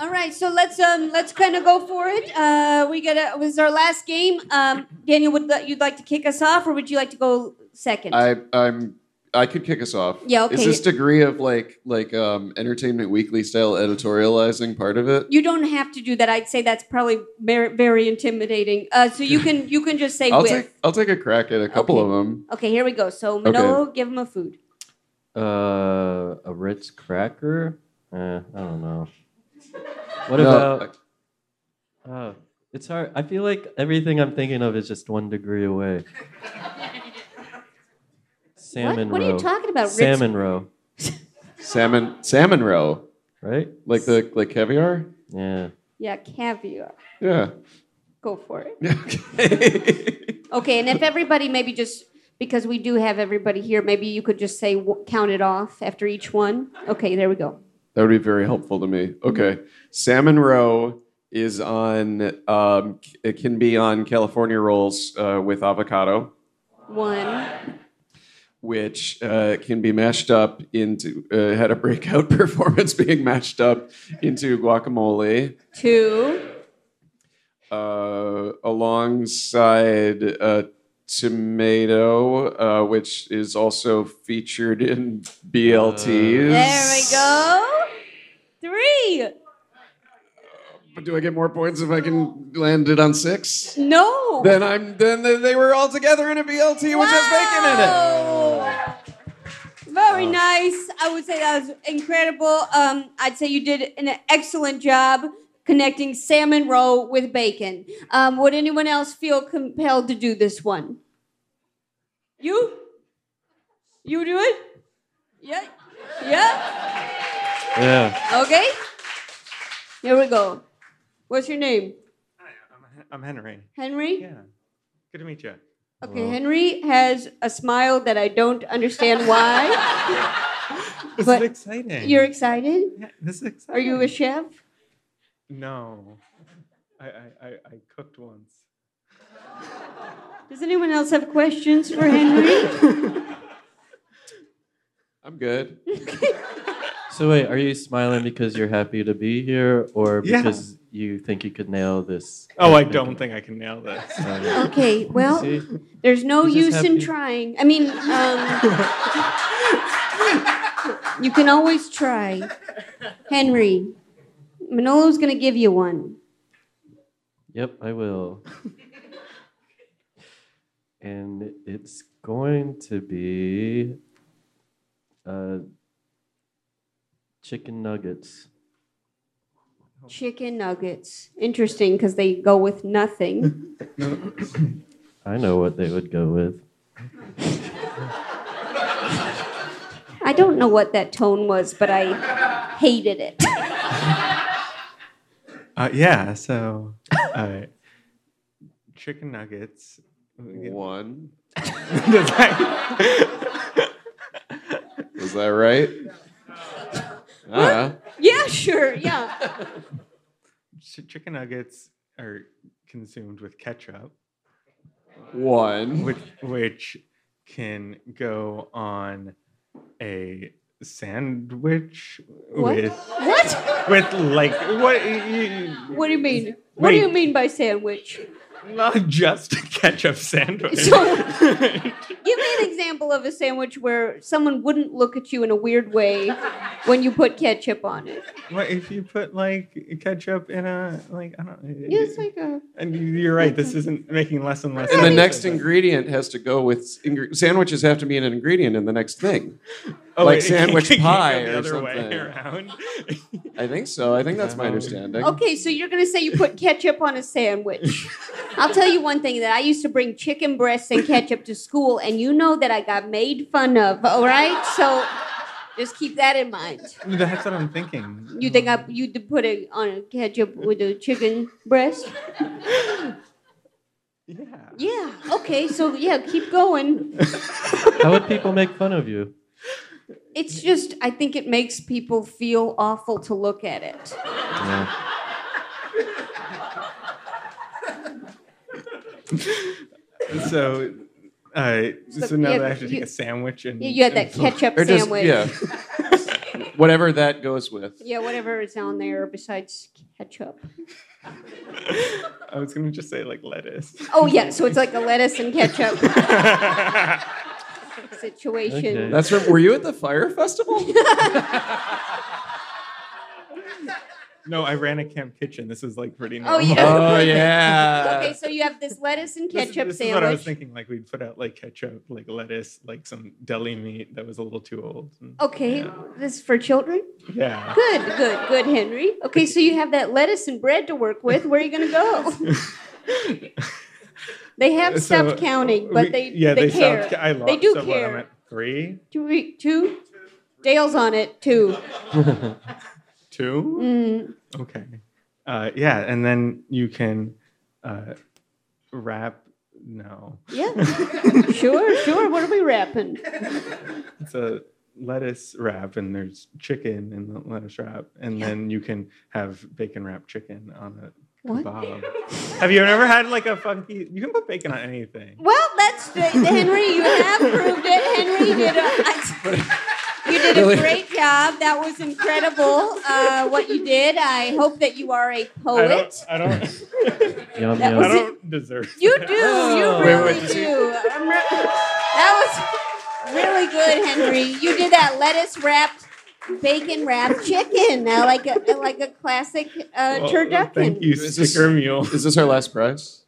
[SPEAKER 2] all right, so let's um, let's kind of go for it. Uh, we gotta. It was our last game. Um, Daniel, would li- you'd like to kick us off, or would you like to go second?
[SPEAKER 4] I, I'm. I could kick us off.
[SPEAKER 2] Yeah, okay.
[SPEAKER 4] Is this degree of like like um, Entertainment Weekly style editorializing part of it?
[SPEAKER 2] You don't have to do that. I'd say that's probably very, very intimidating. Uh, so you can you can just say
[SPEAKER 4] I'll
[SPEAKER 2] with.
[SPEAKER 4] take I'll take a crack at a couple of them.
[SPEAKER 2] okay, here we go. So
[SPEAKER 3] Okay.
[SPEAKER 2] Manolo, give him a food.
[SPEAKER 3] Uh, a Ritz cracker? Uh, I don't know. What
[SPEAKER 4] No,
[SPEAKER 3] about? Oh, it's hard. I feel like everything I'm thinking of is just one degree away. Salmon
[SPEAKER 2] What? What are you
[SPEAKER 3] roe.
[SPEAKER 2] talking about, Ritz-
[SPEAKER 3] Salmon roe.
[SPEAKER 4] Salmon salmon roe,
[SPEAKER 3] right?
[SPEAKER 4] Like the like caviar.
[SPEAKER 3] Yeah.
[SPEAKER 2] Yeah, caviar.
[SPEAKER 4] Yeah.
[SPEAKER 2] Go for it. okay, and if everybody maybe just because we do have everybody here, maybe you could just say w- count it off after each one. Okay, there we go.
[SPEAKER 4] That would be very helpful to me. Okay. Salmon roe is on, um, it can be on California rolls uh, with avocado,
[SPEAKER 2] One.
[SPEAKER 4] which uh, can be mashed up into, uh, had a breakout performance being mashed up into guacamole
[SPEAKER 2] Two.
[SPEAKER 4] uh, alongside uh, tomato, uh, which is also featured in BLTs.
[SPEAKER 2] There we go. Three.
[SPEAKER 4] But do I get more points if I can land it on six?
[SPEAKER 2] No.
[SPEAKER 4] Then I'm then they- they were all together in a BLT which has bacon in it.
[SPEAKER 2] Very nice. I would say that was incredible. Um, I'd say you did an excellent job connecting salmon roe with bacon. Um, would anyone else feel compelled to do this one? You? You do it? Yeah. Yeah.
[SPEAKER 3] Yeah.
[SPEAKER 2] Okay. Here we go. What's your name?
[SPEAKER 15] I'm Henry.
[SPEAKER 2] Henry?
[SPEAKER 15] Yeah. Good to meet you.
[SPEAKER 2] Okay, Henry has a smile that I don't understand why.
[SPEAKER 15] This
[SPEAKER 2] But
[SPEAKER 15] is exciting.
[SPEAKER 2] You're excited?
[SPEAKER 15] this is
[SPEAKER 2] Are you a chef?
[SPEAKER 15] No. I, I, I, I cooked once.
[SPEAKER 2] Does anyone else have questions for Henry?
[SPEAKER 4] I'm good.
[SPEAKER 3] So wait, are you smiling because you're happy to be here, or
[SPEAKER 15] Yeah.
[SPEAKER 3] because you think you could nail this?
[SPEAKER 15] Oh, I don't think I can nail this.
[SPEAKER 2] okay, well,
[SPEAKER 3] See?
[SPEAKER 2] there's no
[SPEAKER 3] You just
[SPEAKER 2] use
[SPEAKER 3] have
[SPEAKER 2] in
[SPEAKER 3] to-
[SPEAKER 2] trying. I mean, um, you can always try. Henry, Manolo's going to give you one.
[SPEAKER 3] Yep, I will. and it's going to be uh, chicken nuggets.
[SPEAKER 15] Oh.
[SPEAKER 2] Chicken nuggets. Interesting because they go with nothing.
[SPEAKER 3] I know what they would go with.
[SPEAKER 2] I don't know what that tone was, but I hated it.
[SPEAKER 15] Uh, yeah, so uh, chicken nuggets.
[SPEAKER 4] One.
[SPEAKER 15] Is
[SPEAKER 4] that right? Uh-huh.
[SPEAKER 15] Uh,
[SPEAKER 2] yeah, sure. Yeah.
[SPEAKER 15] ch- chicken nuggets are consumed with ketchup.
[SPEAKER 4] One.
[SPEAKER 15] Which, which can go on a sandwich
[SPEAKER 2] What?
[SPEAKER 15] with
[SPEAKER 2] What?
[SPEAKER 15] with like what y-
[SPEAKER 2] What do you mean? What do
[SPEAKER 15] Wait.
[SPEAKER 2] you mean by sandwich?
[SPEAKER 15] y- not just a ketchup sandwich
[SPEAKER 2] So, give me an example of a sandwich where someone wouldn't look at you in a weird way when you put ketchup on it.
[SPEAKER 15] what if you put like ketchup in a like i don't
[SPEAKER 2] Yeah, it's like a.
[SPEAKER 15] and you- you're right this isn't making less and less
[SPEAKER 4] And the
[SPEAKER 15] sense.
[SPEAKER 4] next ingredient has to go with ingre- sandwiches have to be an ingredient in the next thing,
[SPEAKER 15] Oh,
[SPEAKER 4] like
[SPEAKER 15] it- it
[SPEAKER 4] sandwich
[SPEAKER 15] can go
[SPEAKER 4] pie
[SPEAKER 15] the
[SPEAKER 4] or
[SPEAKER 15] other way
[SPEAKER 4] something.
[SPEAKER 15] around. Um,
[SPEAKER 4] I think so. I think that's my understanding.
[SPEAKER 2] Okay, so you're gonna say you put ketchup on a sandwich. I'll tell you one thing that I used to bring chicken breasts and ketchup to school, and you know that I got made fun of. All right, so just keep that in mind.
[SPEAKER 15] that's what i'm thinking
[SPEAKER 2] You think I you did put it on a ketchup with a chicken breast?
[SPEAKER 15] Yeah.
[SPEAKER 2] Yeah. Okay. So yeah, keep going.
[SPEAKER 3] How would people make fun of you?
[SPEAKER 2] It's just I think it makes people feel awful to look at it.
[SPEAKER 15] so uh, so,
[SPEAKER 2] So,
[SPEAKER 15] now
[SPEAKER 2] yeah,
[SPEAKER 15] that i have to take
[SPEAKER 2] you-
[SPEAKER 15] a sandwich and
[SPEAKER 2] Yeah, you had that
[SPEAKER 15] and flip-
[SPEAKER 2] ketchup
[SPEAKER 4] Or just-
[SPEAKER 2] sandwich.
[SPEAKER 4] yeah. Whatever that goes with.
[SPEAKER 2] Yeah, whatever is on there besides ketchup.
[SPEAKER 15] i was gonna just say like lettuce
[SPEAKER 2] Oh yeah, so it's like a lettuce and ketchup situation.
[SPEAKER 4] That's from. Were you at the fire festival?
[SPEAKER 15] no i ran a camp kitchen this is like pretty
[SPEAKER 2] Oh
[SPEAKER 15] normal
[SPEAKER 2] yeah. perfect. Okay, so you have this lettuce and
[SPEAKER 15] This-
[SPEAKER 2] ketchup
[SPEAKER 15] this, is what I was
[SPEAKER 2] sandwich.
[SPEAKER 15] thinking. Like we'd put out like ketchup, like lettuce, like some deli meat that was a little too old. and-
[SPEAKER 2] Okay, this is for children.
[SPEAKER 15] Yeah.
[SPEAKER 2] Good, good, good, Henry. Okay, so you have that lettuce and bread to work with. Where are you going to go? they have
[SPEAKER 15] So,
[SPEAKER 2] stopped counting, but
[SPEAKER 15] we-
[SPEAKER 2] they
[SPEAKER 15] yeah
[SPEAKER 2] they, care.
[SPEAKER 15] stopped ca- I lost.
[SPEAKER 2] they do
[SPEAKER 15] so what, I'm
[SPEAKER 2] care.
[SPEAKER 15] at three,
[SPEAKER 2] Two, we- two, Dale's on it. Two.
[SPEAKER 15] two.
[SPEAKER 2] Mm.
[SPEAKER 15] Okay. Uh, yeah, and then you can uh, wrap. No,
[SPEAKER 2] Yeah. sure, sure. What are we wrapping?
[SPEAKER 15] it's a lettuce wrap, and there's chicken in the lettuce wrap, and then you can have bacon wrapped chicken on a
[SPEAKER 2] What?
[SPEAKER 15] kebab. have you ever had like a funky? You can put bacon on anything.
[SPEAKER 2] Well, that's the, Henry. You have proved it. Henry you did. A, you did a
[SPEAKER 15] Really?
[SPEAKER 2] great job. That was incredible. Uh, what you did. I hope that you are a
[SPEAKER 15] I
[SPEAKER 2] poet.
[SPEAKER 15] don't. I don't.
[SPEAKER 3] Yum
[SPEAKER 2] That
[SPEAKER 3] yum.
[SPEAKER 2] was
[SPEAKER 15] I don't deserve.
[SPEAKER 2] You do. You
[SPEAKER 15] Wait,
[SPEAKER 2] really
[SPEAKER 15] wait, does he-
[SPEAKER 2] do. I'm re- that was really good, Henry. You did that lettuce wrapped, bacon wrapped chicken, uh, like a like a classic uh,
[SPEAKER 4] Well,
[SPEAKER 2] turducken.
[SPEAKER 15] Thank you,
[SPEAKER 4] Is this-
[SPEAKER 15] sticker mule.
[SPEAKER 4] Is this our last prize?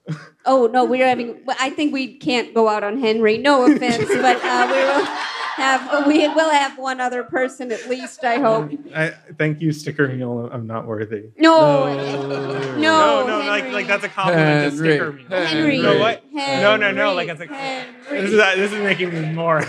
[SPEAKER 2] Oh no, we're having. well, I think we can't go out on Henry. No offense, but uh, we were. have we will have one other person at least. I hope.
[SPEAKER 15] I, thank you, Sticker Mule. I'm not worthy.
[SPEAKER 2] No. No,
[SPEAKER 15] No, no, like-
[SPEAKER 2] Henry.
[SPEAKER 15] like that's a compliment to Sticker
[SPEAKER 2] Henry.
[SPEAKER 15] Mule.
[SPEAKER 2] Henry.
[SPEAKER 15] No, what?
[SPEAKER 2] Henry.
[SPEAKER 15] No, no, no. Like it's a. This is this is making me more.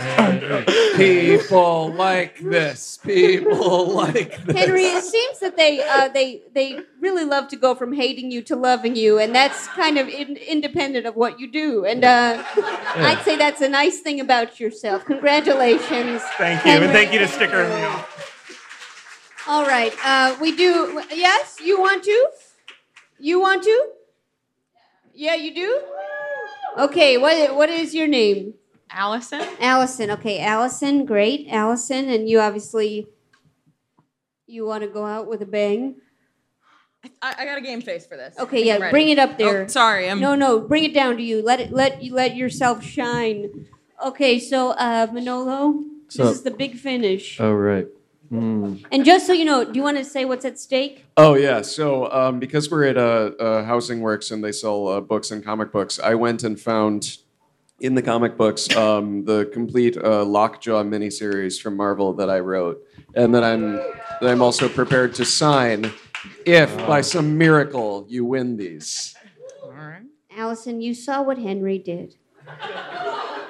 [SPEAKER 16] People like this. People like this.
[SPEAKER 2] Henry, it seems that they uh, they they really love to go from hating you to loving you, and that's kind of in, independent of what you do. And uh, I'd say that's a nice thing about yourself. Congratulations.
[SPEAKER 15] Thank you, and thank you to Sticker Mule.
[SPEAKER 2] All right, uh, we do. Yes, you want to? You want to? Yeah, you do. Okay, what what is your name?
[SPEAKER 17] Allison.
[SPEAKER 2] Allison. Okay, Allison. Great, Allison. And you obviously you want to go out with a bang.
[SPEAKER 17] I, I got a game face for this.
[SPEAKER 2] Okay,
[SPEAKER 17] I'm
[SPEAKER 2] yeah,
[SPEAKER 17] ready.
[SPEAKER 2] bring it up there.
[SPEAKER 17] Oh, sorry, I'm
[SPEAKER 2] no, no, bring it down to you. Let it, let you let yourself shine. Okay, so uh, Manolo, this
[SPEAKER 3] So-
[SPEAKER 2] is the big finish.
[SPEAKER 3] Oh right. Mm.
[SPEAKER 2] And just so you know, do you want to say what's at stake?
[SPEAKER 4] Oh yeah, so um, because we're at uh, uh, Housing Works and they sell uh, books and comic books, I went and found in the comic books um, the complete uh, Lockjaw miniseries from Marvel that I wrote, and that I'm that I'm also prepared to sign if by some miracle you win these.
[SPEAKER 2] Allison, you saw what Henry did.
[SPEAKER 17] Oh,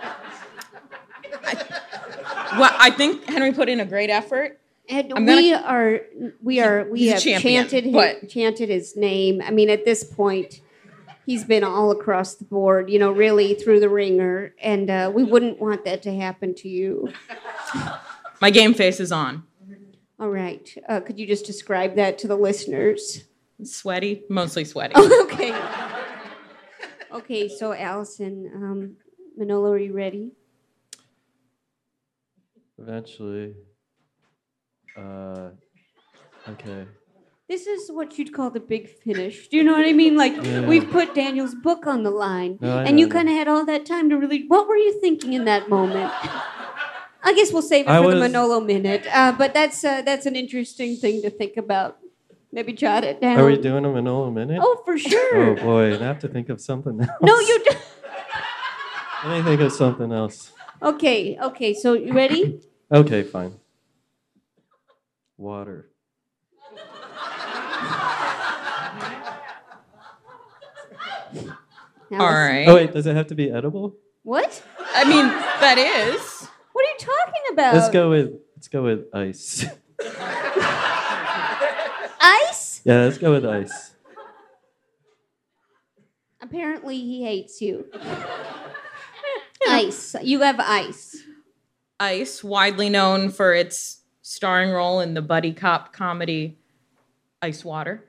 [SPEAKER 17] Well, I think Henry put in a great effort.
[SPEAKER 2] And
[SPEAKER 17] I'm
[SPEAKER 2] we
[SPEAKER 17] gonna-
[SPEAKER 2] are we are we
[SPEAKER 17] He's a
[SPEAKER 2] have
[SPEAKER 17] champion,
[SPEAKER 2] chanted his,
[SPEAKER 17] but-
[SPEAKER 2] chanted his name. I mean, at this point, he's been all across the board. You know, really through the ringer, and uh, we wouldn't want that to happen to you.
[SPEAKER 17] My game face is on.
[SPEAKER 2] All right, uh, could you just describe that to the listeners?
[SPEAKER 17] Sweaty, mostly sweaty.
[SPEAKER 2] okay. Okay, so Allison, um, Manolo, are you ready?
[SPEAKER 3] Eventually. Uh, okay.
[SPEAKER 2] This is what you'd call the big finish. Do you know what I mean? Like
[SPEAKER 3] Yeah.
[SPEAKER 2] we've put Daniel's book on the line,
[SPEAKER 3] No, I
[SPEAKER 2] and you
[SPEAKER 3] know.
[SPEAKER 2] kind of had all that time to really. What were you thinking in that moment? I guess we'll save it
[SPEAKER 3] I
[SPEAKER 2] for the
[SPEAKER 3] was-
[SPEAKER 2] Manolo minute. Uh, but that's uh, that's an interesting thing to think about. Maybe jot it down.
[SPEAKER 3] Are we doing a Manolo minute?
[SPEAKER 2] Oh, for sure.
[SPEAKER 3] Oh boy, and I have to think of something else.
[SPEAKER 2] No, you. do
[SPEAKER 3] Let me think of something else.
[SPEAKER 2] okay, okay. So you ready?
[SPEAKER 3] Okay, fine. Water.
[SPEAKER 2] All
[SPEAKER 17] right.
[SPEAKER 3] Oh wait, does it have to be edible?
[SPEAKER 2] What?
[SPEAKER 17] I mean, that is.
[SPEAKER 2] What are you talking about?
[SPEAKER 3] Let's go with let's go with ice.
[SPEAKER 2] Ice.
[SPEAKER 3] yeah, let's go with ice.
[SPEAKER 2] Apparently, he hates you. ice. You have ice.
[SPEAKER 17] Ice, widely known for its starring role in the buddy cop comedy Ice Water.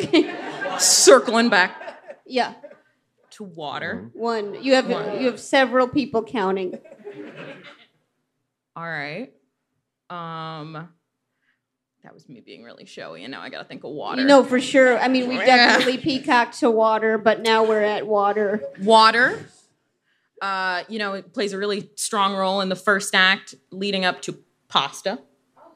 [SPEAKER 17] Circling back
[SPEAKER 2] Yeah.
[SPEAKER 17] to water.
[SPEAKER 2] One. You have
[SPEAKER 17] One.
[SPEAKER 2] you have several people counting.
[SPEAKER 17] All right. Um that was me being really showy and now I got to think of water. Oh,
[SPEAKER 2] You know for sure. I mean, we've
[SPEAKER 17] Yeah.
[SPEAKER 2] definitely peacocked to water, but now we're at water.
[SPEAKER 17] Water. Uh, you know, it plays a really strong role in the first act leading up to pasta.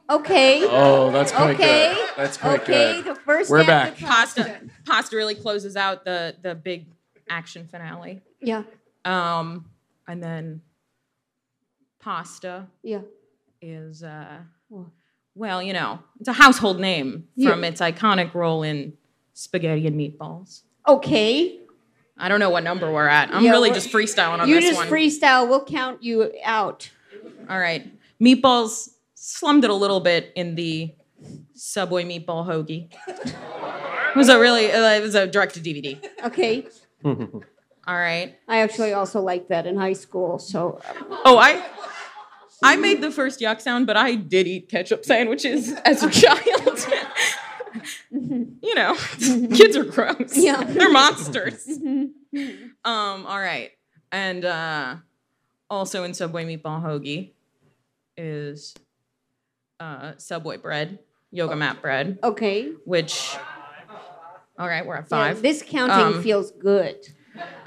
[SPEAKER 2] Okay.
[SPEAKER 4] Oh, that's quite
[SPEAKER 17] Okay.
[SPEAKER 4] good. That's quite good.
[SPEAKER 2] We're
[SPEAKER 4] act back.
[SPEAKER 17] Pasta. Pasta really closes out the the big action finale.
[SPEAKER 2] Yeah.
[SPEAKER 17] Um, and then pasta.
[SPEAKER 2] Yeah.
[SPEAKER 17] Is uh, well, you know, it's a household name
[SPEAKER 2] Yeah.
[SPEAKER 17] from its iconic role in spaghetti and meatballs.
[SPEAKER 2] Okay.
[SPEAKER 17] I don't know what number we're at. I'm
[SPEAKER 2] Yeah,
[SPEAKER 17] really
[SPEAKER 2] we're-
[SPEAKER 17] just freestyling on
[SPEAKER 2] you
[SPEAKER 17] this
[SPEAKER 2] just
[SPEAKER 17] one.
[SPEAKER 2] freestyle. We'll count you out.
[SPEAKER 17] All right. Meatballs slummed it a little bit in the Subway meatball hoagie. It was a really uh, it was a direct to DVD.
[SPEAKER 2] Okay.
[SPEAKER 3] Oh.
[SPEAKER 17] All right.
[SPEAKER 2] I actually also liked that in high school. So.
[SPEAKER 17] Oh, I I made the first yuck sound, but I did eat ketchup sandwiches as a child. you know, kids are gross.
[SPEAKER 2] Yeah. Mm-hmm.
[SPEAKER 17] They're monsters. Um, all right. And uh also in Subway meatball hoagie is uh Subway bread, yoga mat bread.
[SPEAKER 2] Okay.
[SPEAKER 17] Which All right, we're at
[SPEAKER 2] Yeah,
[SPEAKER 17] 5.
[SPEAKER 2] this counting
[SPEAKER 17] Um,
[SPEAKER 2] feels good.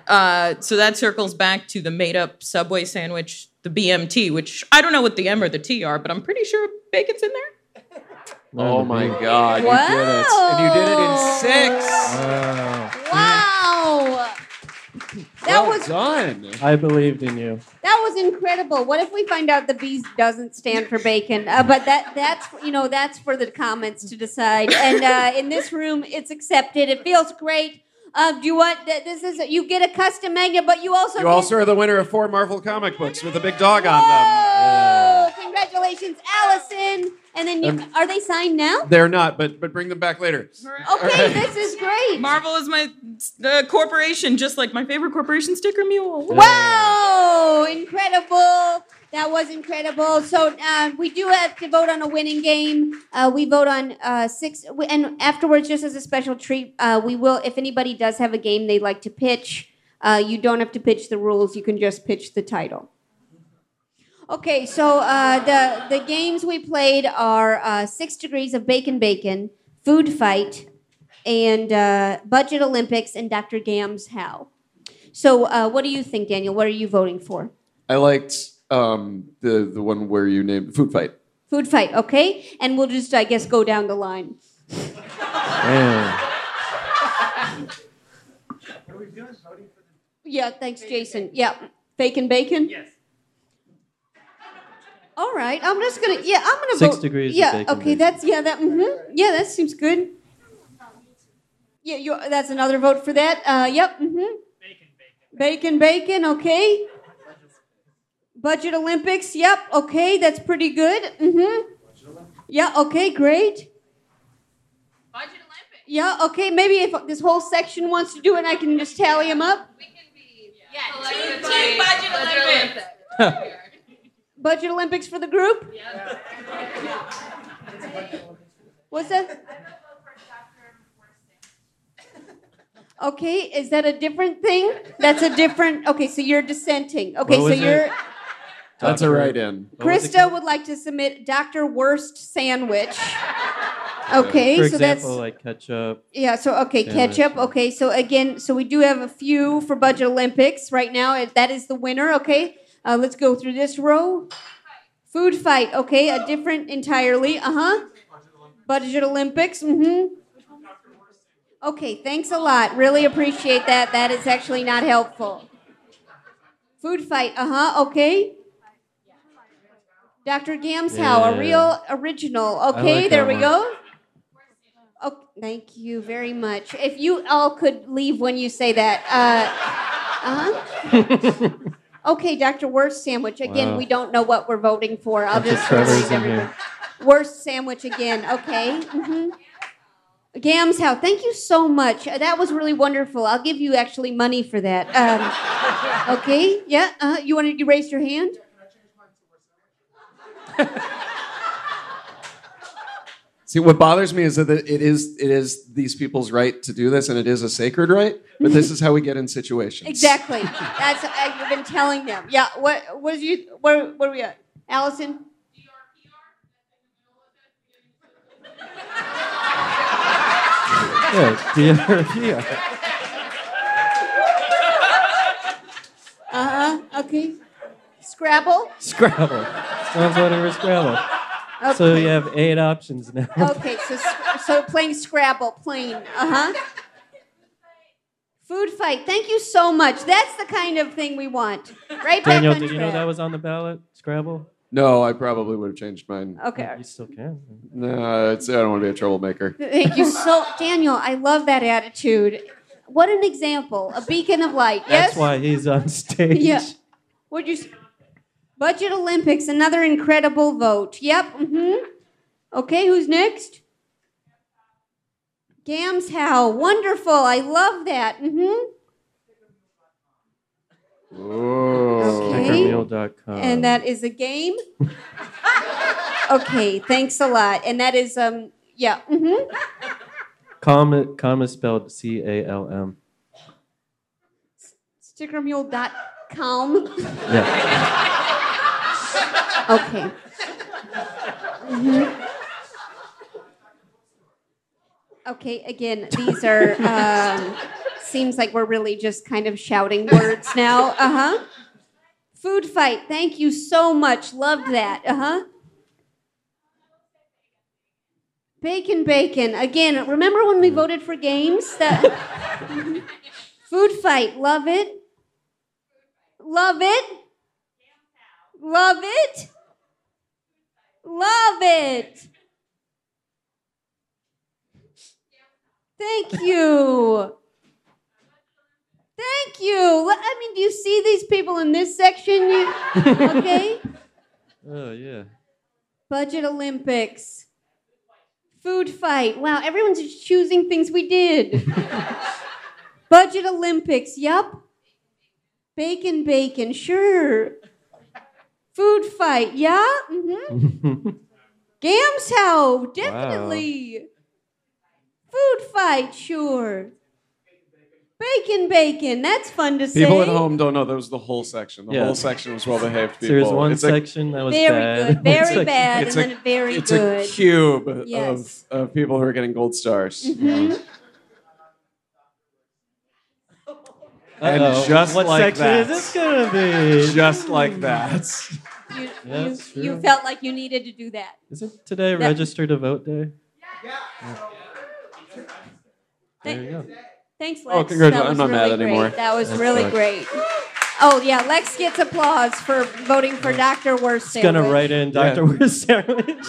[SPEAKER 17] uh, so that circles back to the made up Subway sandwich, the BMT, which I don't know what the M or the T are, but I'm pretty sure bacon's in there.
[SPEAKER 4] Oh my God, you did it, and you did it in
[SPEAKER 17] Wow.
[SPEAKER 4] six.
[SPEAKER 2] Wow. That was
[SPEAKER 4] done.
[SPEAKER 3] I believed in you.
[SPEAKER 2] that was incredible. What if we find out the bees doesn't stand for bacon? Uh, but that that's you know that's for the comments to decide. And uh, in this room, it's accepted. It feels great. Uh, do you want th- this? Is you get a custom magnet, but you also
[SPEAKER 16] You
[SPEAKER 2] get-
[SPEAKER 16] also are the winner of four Marvel comic books with a big dog on them.
[SPEAKER 2] Oh, congratulations, Allison! And then you,
[SPEAKER 16] Um,
[SPEAKER 2] are they signed now?
[SPEAKER 16] They're not, but but bring them back later.
[SPEAKER 2] Okay, this is great.
[SPEAKER 17] Marvel is my uh, corporation, just like my favorite corporation, Sticker Mule.
[SPEAKER 2] Wow! Incredible. That was incredible. So uh, we do have to vote on a winning game. Uh, we vote on uh, six, we- and afterwards, just as a special treat, uh, we will. If anybody does have a game they'd like to pitch, uh, you don't have to pitch the rules. You can just pitch the title. Okay, so uh, the the games we played are uh, six degrees of bacon, bacon, food fight, and uh, budget Olympics, and Dr. Gam's how. So, uh, what do you think, Daniel? What are you voting for?
[SPEAKER 4] I liked um, the the one where you named food fight.
[SPEAKER 2] Food fight, okay? And we'll just, I guess, go down the line. Yeah, thanks, Jason. Yeah, bacon, bacon. Yes. All right, I'm just gonna. Yeah, I'm gonna
[SPEAKER 3] Six
[SPEAKER 2] vote.
[SPEAKER 3] degrees of
[SPEAKER 2] Yeah,
[SPEAKER 3] bacon,
[SPEAKER 2] okay,
[SPEAKER 3] bacon.
[SPEAKER 2] that's yeah, that. Mm-hmm, yeah, that seems good. Yeah, you, that's another vote for that. Uh, yep. Mm-hmm. Bacon, bacon. Bacon, bacon. Okay. Budget Olympics. Yep. Okay, that's pretty good. Mm-hmm. Yeah. Okay. Great. Yeah, okay, maybe if this whole section wants to do it, I can just tally them up.
[SPEAKER 17] Yeah, team, team budget Olympics.
[SPEAKER 2] Budget Olympics for the group? What's that? Okay, is that a different thing? That's a different. Okay, so you're dissenting. Okay, so
[SPEAKER 4] What was it?
[SPEAKER 2] you're.
[SPEAKER 4] That's a right in.
[SPEAKER 2] Krista would like to submit Dr. Worst Sandwich. Okay,
[SPEAKER 3] For
[SPEAKER 2] so
[SPEAKER 3] example,
[SPEAKER 2] that's.
[SPEAKER 3] like ketchup.
[SPEAKER 2] Yeah, so okay,
[SPEAKER 3] Sandwich.
[SPEAKER 2] ketchup. Okay, so again, so we do have a few for Budget Olympics right now. It- That is the winner. Okay, uh, let's go through this row. Food fight. Okay, a different entirely. Uh huh. Budget Olympics. Mm hmm. Okay, thanks a lot. Really appreciate that. That is actually not helpful. Food fight. Uh huh. Okay. Dr. Gamshow, a
[SPEAKER 5] Yeah.
[SPEAKER 2] real original.
[SPEAKER 5] I
[SPEAKER 2] Okay,
[SPEAKER 5] like
[SPEAKER 2] there
[SPEAKER 5] that
[SPEAKER 2] we
[SPEAKER 5] one.
[SPEAKER 2] go. Oh, thank you very much. If you all could leave when you say that. Uh, uh-huh. okay, Dr. Worst Sandwich. Again,
[SPEAKER 3] Wow.
[SPEAKER 2] we don't know what we're voting for. I'll
[SPEAKER 3] Bunch of
[SPEAKER 2] just
[SPEAKER 3] Trevor's in here.
[SPEAKER 2] Worst sandwich again. Okay. hmm Gams How. Thank you so much. Uh, That was really wonderful. I'll give you actually money for that. Um, okay. Yeah. Uh, you wanted to raise your hand?
[SPEAKER 4] See, what bothers me is that it is it is these people's right to do this, and it is a sacred right. But this is how we get in situations.
[SPEAKER 2] Exactly. That's uh, you've been telling them. Yeah. What was you? Where? Where are we at? Allison.
[SPEAKER 3] Yeah, DRPR.
[SPEAKER 2] Uh huh. Okay. Scrabble.
[SPEAKER 3] Scrabble. Someone's voting for Scrabble. So
[SPEAKER 2] Okay.
[SPEAKER 3] you have eight options now.
[SPEAKER 2] Okay. So sc- so playing Scrabble. Plain. Uh huh. Food fight. Thank you so much. That's the kind of thing we want. Right back
[SPEAKER 3] Daniel,
[SPEAKER 2] on
[SPEAKER 3] did you know
[SPEAKER 2] track.
[SPEAKER 3] that was on the ballot? Scrabble?
[SPEAKER 4] No, I probably would have changed mine.
[SPEAKER 2] Okay.
[SPEAKER 3] You still can.
[SPEAKER 4] No, it's, I don't want to be a troublemaker.
[SPEAKER 2] Thank you so, Daniel. I love that attitude. What an example, a beacon of light.
[SPEAKER 3] That's
[SPEAKER 2] yes.
[SPEAKER 3] why he's on stage.
[SPEAKER 2] Yeah. What'd you? s- Budget Olympics, another incredible vote. Yep. Mm-hmm. Okay, who's next? Gams How. Wonderful. I love that. Mm-hmm.
[SPEAKER 4] Oh.
[SPEAKER 2] Okay.
[SPEAKER 3] Stickermeal.com.
[SPEAKER 2] and that is a game. okay, thanks a lot. And that is um yeah. Mm-hmm.
[SPEAKER 3] Calm, calm is spelled C A L M.
[SPEAKER 2] Stickermule.com. Okay. Mhm. Okay, again, these are, um, seems like we're really just kind of shouting words now. Uh huh. Food fight. Thank you so much. Loved that. Uh huh. Bacon, bacon. Again, remember when we voted for games? That. Mhm. Food fight. Love it. Love it. Love it. Love it. Thank you. Thank you. Le- I mean, do you see these people in this section? You, okay.
[SPEAKER 3] Oh yeah.
[SPEAKER 2] Budget Olympics. Food fight. Wow, everyone's just choosing things we did. Budget Olympics. Yup. Bacon, bacon. Sure. Food fight. Yeah. Mm-hmm. Gam's how definitely. Food fight. Sure. Bacon, bacon. That's fun to say.
[SPEAKER 4] People at home don't know that was the whole section. The
[SPEAKER 3] Yeah.
[SPEAKER 4] whole section was well behaved. People.
[SPEAKER 3] So there's one
[SPEAKER 4] like-
[SPEAKER 3] section that was
[SPEAKER 2] Very bad. good, very bad,
[SPEAKER 4] it's
[SPEAKER 2] and
[SPEAKER 4] a-
[SPEAKER 2] then very
[SPEAKER 4] it's
[SPEAKER 2] good.
[SPEAKER 4] a cube
[SPEAKER 2] Yes.
[SPEAKER 4] of, of people who are getting gold stars.
[SPEAKER 2] Mhm.
[SPEAKER 4] And
[SPEAKER 3] Uh-oh.
[SPEAKER 4] just
[SPEAKER 3] what
[SPEAKER 4] like
[SPEAKER 3] section
[SPEAKER 4] that.
[SPEAKER 3] is this gonna be?
[SPEAKER 4] Just like that.
[SPEAKER 2] You,
[SPEAKER 3] Yeah,
[SPEAKER 2] you,
[SPEAKER 3] it's
[SPEAKER 2] you
[SPEAKER 3] true.
[SPEAKER 2] felt like you needed to do that.
[SPEAKER 3] Isn't today
[SPEAKER 2] That-
[SPEAKER 3] register to vote day?
[SPEAKER 2] Thank-
[SPEAKER 3] you go.
[SPEAKER 2] Thanks, Lex.
[SPEAKER 4] Oh, congrats.
[SPEAKER 2] That
[SPEAKER 4] I'm
[SPEAKER 2] was
[SPEAKER 4] not mad
[SPEAKER 2] really great.
[SPEAKER 4] anymore.
[SPEAKER 2] That was
[SPEAKER 4] That's
[SPEAKER 2] really
[SPEAKER 4] Lex.
[SPEAKER 2] great. Oh yeah, Lex gets applause for voting for Dr. Worst.
[SPEAKER 3] It's gonna write in Dr. Wurst sandwich.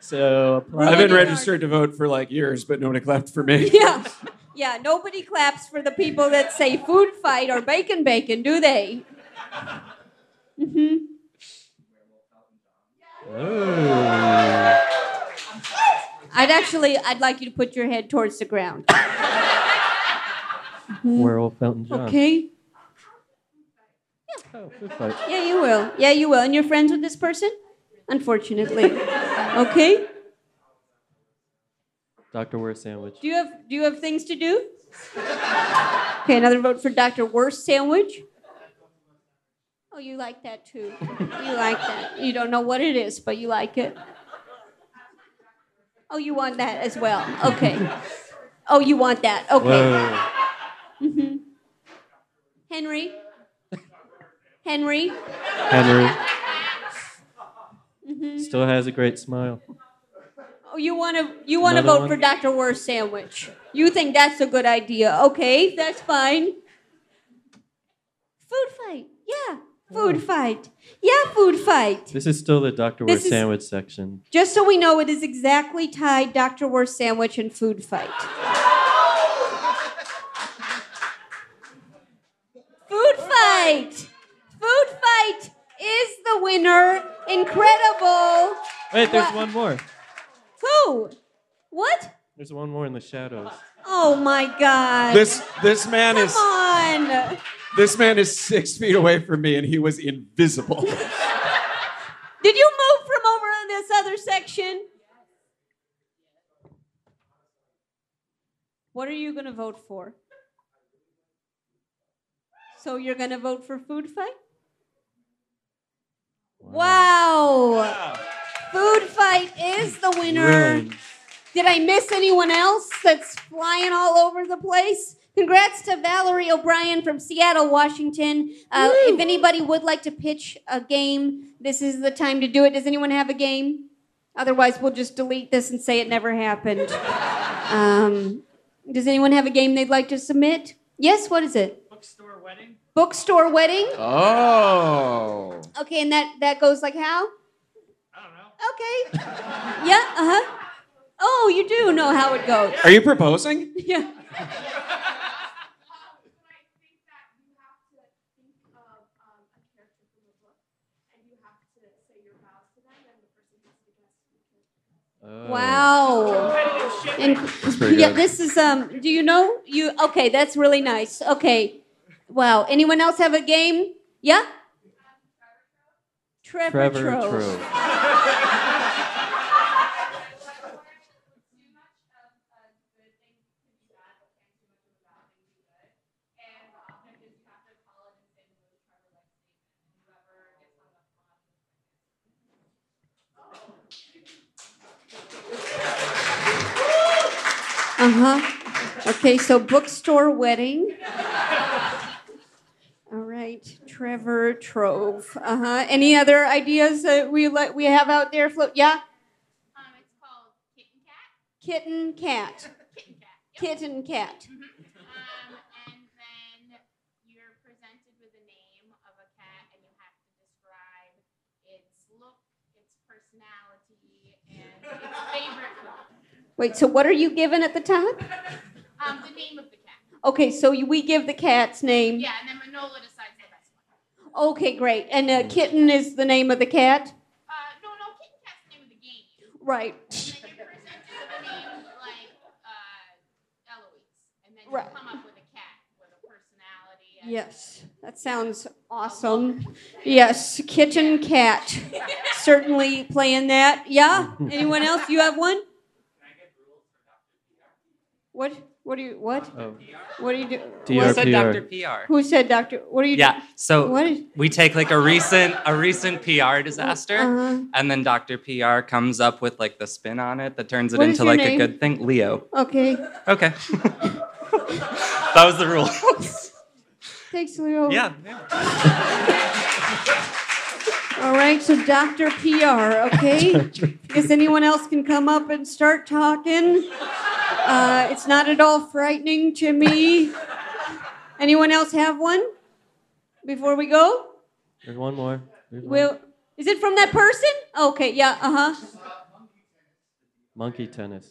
[SPEAKER 3] So apply.
[SPEAKER 4] I've been registered to vote for like years, but nobody clapped for me.
[SPEAKER 2] Yeah, yeah. Nobody claps for the people that say food fight or bacon bacon, do they? hmm
[SPEAKER 3] Oh.
[SPEAKER 2] I'd actually, I'd like you to put your head towards the ground.
[SPEAKER 3] We're all Fountain John.
[SPEAKER 2] Mm-hmm.
[SPEAKER 3] Oh,
[SPEAKER 2] Okay.
[SPEAKER 3] Good fight.
[SPEAKER 2] Yeah, you will. Yeah, you will. And you're friends with this person? Unfortunately. Okay.
[SPEAKER 3] Dr. Wurst sandwich.
[SPEAKER 2] Do you have Do you have things to do? Okay, another vote for Dr. Worst Sandwich. Oh, you like that too.
[SPEAKER 1] Um,
[SPEAKER 2] You like that. You don't know what it is, but you like it. Oh, you want that as well. Okay. Oh, you want that. Okay.
[SPEAKER 3] Whoa.
[SPEAKER 2] hmm Henry. Henry.
[SPEAKER 3] Henry
[SPEAKER 2] hmm
[SPEAKER 3] still has a great smile.
[SPEAKER 2] Oh, you want to you want to
[SPEAKER 3] Another
[SPEAKER 2] vote
[SPEAKER 3] one?
[SPEAKER 2] for Dr. Worst sandwich. You think that's a good idea? Okay, that's fine. Food fight. Yeah, food fight. Yeah, food fight.
[SPEAKER 3] This is still the Dr.
[SPEAKER 2] This
[SPEAKER 3] Wurst
[SPEAKER 2] is-
[SPEAKER 3] sandwich section.
[SPEAKER 2] Just so we know, it is exactly tied Dr. Worst sandwich and food fight. food fight. Food fight is the winner. Incredible.
[SPEAKER 3] Wait, there's
[SPEAKER 2] What?
[SPEAKER 3] one more.
[SPEAKER 2] Who? What?
[SPEAKER 3] There's one more in the shadows.
[SPEAKER 2] Oh my God.
[SPEAKER 4] This this man
[SPEAKER 2] Come
[SPEAKER 4] is
[SPEAKER 2] on.
[SPEAKER 4] this man is six feet away from me, and he was invisible.
[SPEAKER 2] Did you move from over in this other section? What are you going to vote for? So you're going to vote for food fight? Wow. Food fight is the winner.
[SPEAKER 3] Really?
[SPEAKER 2] Did I miss anyone else that's flying all over the place? Congrats to Valerie O'Brien from Seattle, Washington. Uh, if anybody would like to pitch a game, this is the time to do it. Does anyone have a game? Otherwise, we'll just delete this and say it never happened. Um, does anyone have a game they'd like to submit? Yes, what is it?
[SPEAKER 18] Bookstore wedding.
[SPEAKER 2] Bookstore wedding?
[SPEAKER 4] Oh.
[SPEAKER 2] Okay, and that, that goes like how? I don't know. Okay. yeah, uh huh. Oh, you do know how it goes.
[SPEAKER 4] Are you proposing?
[SPEAKER 2] Yeah. um, Wow. And
[SPEAKER 4] Oh. That's pretty
[SPEAKER 2] yeah,
[SPEAKER 4] good.
[SPEAKER 2] this is um do you know you okay, that's really nice. Okay. Wow. Anyone else have a game? Yeah? Trevor,
[SPEAKER 3] Trevor
[SPEAKER 2] Trove.
[SPEAKER 3] Trove.
[SPEAKER 2] Uh-huh. Okay, so bookstore wedding. All right, Trevor Trove. Uh-huh. Any other ideas that we let we have out there float? Yeah?
[SPEAKER 1] Um, Mm-hmm.
[SPEAKER 2] Kitten cat. Kitten cat. Kitten cat.
[SPEAKER 18] Um, and then
[SPEAKER 2] Wait, so what are you given at the top?
[SPEAKER 1] Um, the name of the cat.
[SPEAKER 2] Okay, so you- we give the cat's name.
[SPEAKER 1] Yeah, and then Manola decides the best one.
[SPEAKER 2] Okay, great. And uh, kitten is the name of the cat?
[SPEAKER 1] Uh, no, no, Kitten Cat's the name of the game.
[SPEAKER 2] Right.
[SPEAKER 1] And then you're presented with a name like uh, Eloise, and then you
[SPEAKER 2] Right.
[SPEAKER 1] come up with a cat with a personality. And
[SPEAKER 2] Yes, that sounds awesome. Yes, kitchen cat. Certainly playing that. Yeah. Anyone else? You have one? What? What do you? What?
[SPEAKER 18] Oh.
[SPEAKER 2] What do you do?
[SPEAKER 18] DR,
[SPEAKER 2] what-
[SPEAKER 18] Who said PR? Dr. PR?
[SPEAKER 2] Who said Doctor? What are you?
[SPEAKER 18] Yeah. So
[SPEAKER 2] What is-
[SPEAKER 18] we take like a recent a recent PR disaster,
[SPEAKER 2] Uh-huh.
[SPEAKER 18] and then Doctor PR comes up with like the spin on it that turns it
[SPEAKER 2] What is
[SPEAKER 18] into
[SPEAKER 2] your
[SPEAKER 18] like
[SPEAKER 2] name?
[SPEAKER 18] a good thing. Leo.
[SPEAKER 2] Okay.
[SPEAKER 18] Okay. that was the rule.
[SPEAKER 2] Thanks, Leo.
[SPEAKER 18] Yeah,
[SPEAKER 2] All right. So Doctor PR. Okay. Guess anyone else can come up and start talking. Uh, it's not at all frightening to me. Anyone else have one? Before we go.
[SPEAKER 3] There's one more. There's one.
[SPEAKER 2] Will is it from that person? Okay, yeah, uh huh.
[SPEAKER 3] Monkey tennis.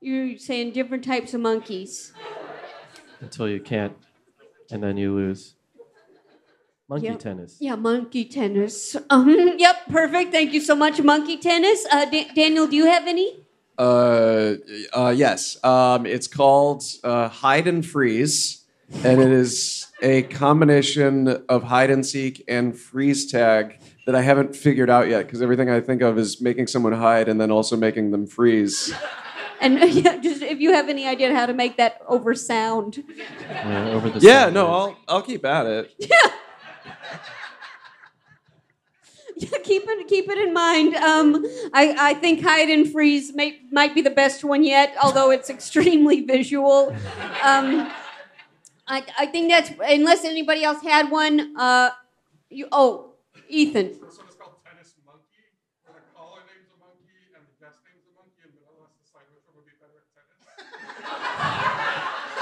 [SPEAKER 2] You're saying different types of monkeys.
[SPEAKER 3] Until you can't, and then you lose. Monkey
[SPEAKER 2] Yep.
[SPEAKER 3] tennis.
[SPEAKER 2] Yeah, monkey tennis. Um, yep, perfect. Thank you so much, monkey tennis. Uh, Da- Daniel, do you have any?
[SPEAKER 4] Uh, uh, yes. Um, it's called uh, Hide and Freeze, and it is a combination of hide and seek and freeze tag that I haven't figured out yet because everything I think of is making someone hide and then also making them freeze.
[SPEAKER 2] And yeah, just if you have any idea how to make that over sound.
[SPEAKER 3] Yeah, over the
[SPEAKER 4] yeah no, I'll, I'll keep at it.
[SPEAKER 2] Yeah, keep it keep it in mind. Um, I, I think hide and freeze may, might be the best one yet, although it's extremely visual. Um, I, I think that's unless anybody else had one. Uh, you oh, Ethan.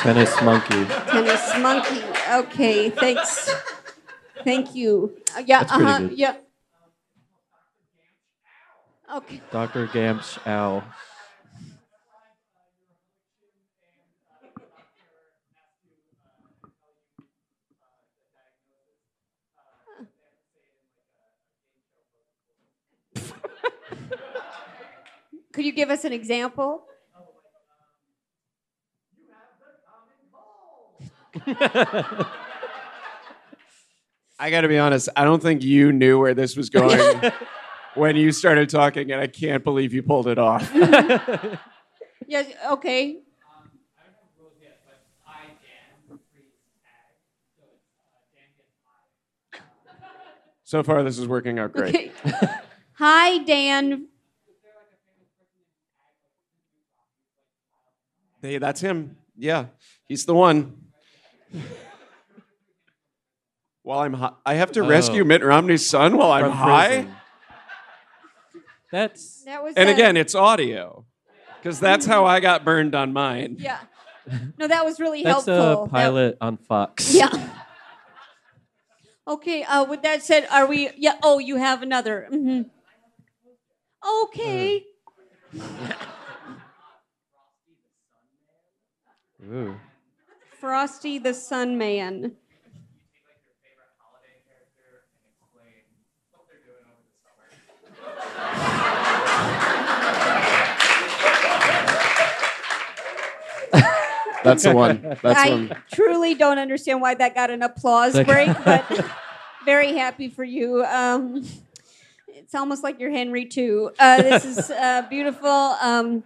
[SPEAKER 3] Tennis monkey.
[SPEAKER 2] Tennis monkey. Okay, thanks. Thank you. Uh, yeah,
[SPEAKER 3] That's
[SPEAKER 2] uh
[SPEAKER 3] pretty
[SPEAKER 2] huh.
[SPEAKER 3] good.
[SPEAKER 2] Yeah. Okay.
[SPEAKER 3] Dr. Gamsh Owl.
[SPEAKER 2] Could you give us an example?
[SPEAKER 4] I got to be honest, I don't think you knew where this was going when you started talking, and I can't believe you pulled it off.
[SPEAKER 2] Yes. Okay.
[SPEAKER 4] so far, this is working out great.
[SPEAKER 2] Okay. Hi, Dan.
[SPEAKER 4] Hey, that's him. Yeah, he's the one. while I'm high, I have to
[SPEAKER 3] Oh.
[SPEAKER 4] rescue Mitt Romney's son while I'm
[SPEAKER 3] From
[SPEAKER 4] high.
[SPEAKER 3] prison. That's.
[SPEAKER 2] That was
[SPEAKER 4] And
[SPEAKER 2] uh,
[SPEAKER 4] again, it's audio, because that's how I got burned on mine.
[SPEAKER 2] Yeah. No, that was really
[SPEAKER 3] That's
[SPEAKER 2] helpful.
[SPEAKER 3] a pilot on Fox.
[SPEAKER 2] Yeah. Okay. Uh, with that said, are we? Yeah. Oh, you have another. hmm Okay.
[SPEAKER 3] Ooh.
[SPEAKER 2] Frosty the Sun Man.
[SPEAKER 4] That's the one. That's
[SPEAKER 2] I
[SPEAKER 4] one.
[SPEAKER 2] truly don't understand why that got an applause
[SPEAKER 4] Like-
[SPEAKER 2] break, but very happy for you. Um, it's almost like you're Henry too. Uh, this is uh, beautiful. Um,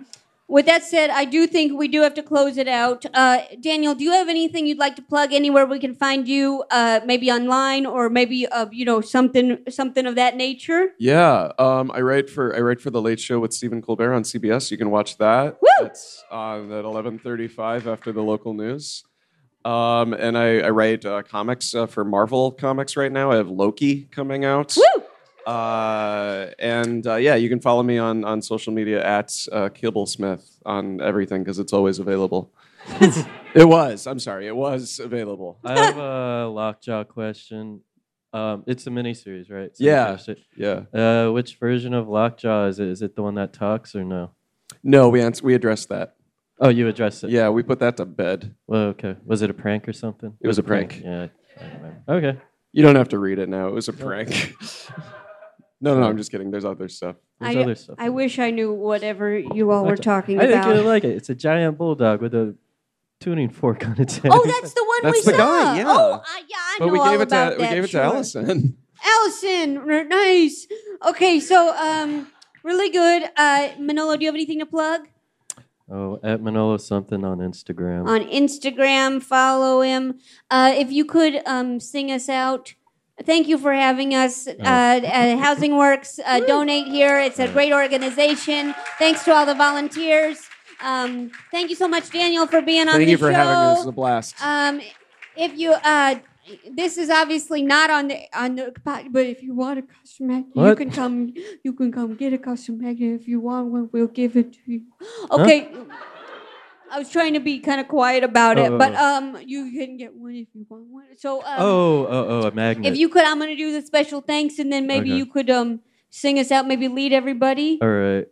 [SPEAKER 2] with that said, I do think we do have to close it out. Uh, Daniel, do you have anything you'd like to plug anywhere we can find you? Uh, maybe online, or maybe uh, you know something something of that nature.
[SPEAKER 4] Yeah, um, I write for I write for the Late Show with Stephen Colbert on CBS. You can watch that.
[SPEAKER 2] Woo!
[SPEAKER 4] It's on at eleven thirty-five after the local news. Um, and I, I write uh, comics uh, for Marvel Comics right now. I have Loki coming out. Woo! Uh, and uh, yeah, you can follow me on on social media at uh, Kibble Smith on everything because it's always available. it was. I'm sorry. It was available.
[SPEAKER 3] I have a lockjaw question.
[SPEAKER 12] Um, it's a miniseries, right?
[SPEAKER 3] Yeah,
[SPEAKER 12] yeah. Uh, which version of Lockjaw is it? Is it the one that talks or no?
[SPEAKER 3] No, we ans- we addressed that.
[SPEAKER 12] Oh, you addressed it.
[SPEAKER 3] Yeah, we put that to bed.
[SPEAKER 12] Well, okay. Was it a prank or something?
[SPEAKER 3] It was a prank.
[SPEAKER 12] Yeah. I- I remember. Okay.
[SPEAKER 3] You don't have to read it now. It was a prank. no, no, no, I'm just kidding. There's other stuff.
[SPEAKER 2] I, I wish I knew whatever you all were
[SPEAKER 12] Lockjaw.
[SPEAKER 2] talking
[SPEAKER 12] I
[SPEAKER 2] about.
[SPEAKER 12] think you'll like it. It's a giant bulldog with a tuning fork on its head.
[SPEAKER 2] Oh, that's the one we
[SPEAKER 3] That's the
[SPEAKER 2] saw.
[SPEAKER 3] guy, yeah.
[SPEAKER 2] Oh, I, yeah, I
[SPEAKER 3] but
[SPEAKER 2] know
[SPEAKER 3] we
[SPEAKER 2] all
[SPEAKER 3] gave it
[SPEAKER 2] about
[SPEAKER 3] to
[SPEAKER 2] that.
[SPEAKER 3] we gave it
[SPEAKER 2] sure.
[SPEAKER 3] to Allison.
[SPEAKER 2] Allison, r- nice. Okay, so um, really good. Uh, Manolo, do you have anything to plug?
[SPEAKER 12] Oh, at Manolo something on Instagram.
[SPEAKER 2] on Instagram. Follow him. Uh, if you could um, sing us out. Thank you for having us
[SPEAKER 3] Oh.
[SPEAKER 2] uh, at Housing Works. Uh, donate here. It's a great organization. Thanks to all the volunteers. Um, thank you so much, Daniel, for being on
[SPEAKER 3] Thank
[SPEAKER 2] the
[SPEAKER 3] you for
[SPEAKER 2] show.
[SPEAKER 3] having me. This is a blast.
[SPEAKER 2] Um, if you, uh, this is obviously not on the on the pod, but if you want a custom magnet, you
[SPEAKER 5] What?
[SPEAKER 2] can come. You can come get a custom magnet if you want one. We'll give it to you. Okay. I was trying to be kind of quiet about it,
[SPEAKER 12] Oh.
[SPEAKER 2] but um, you can get one if you want one. So um,
[SPEAKER 12] oh, oh, oh, a magnet.
[SPEAKER 2] if you could, I'm gonna do the special thanks, and then maybe
[SPEAKER 12] Okay.
[SPEAKER 2] you could um sing us out. Maybe lead everybody.
[SPEAKER 12] All right.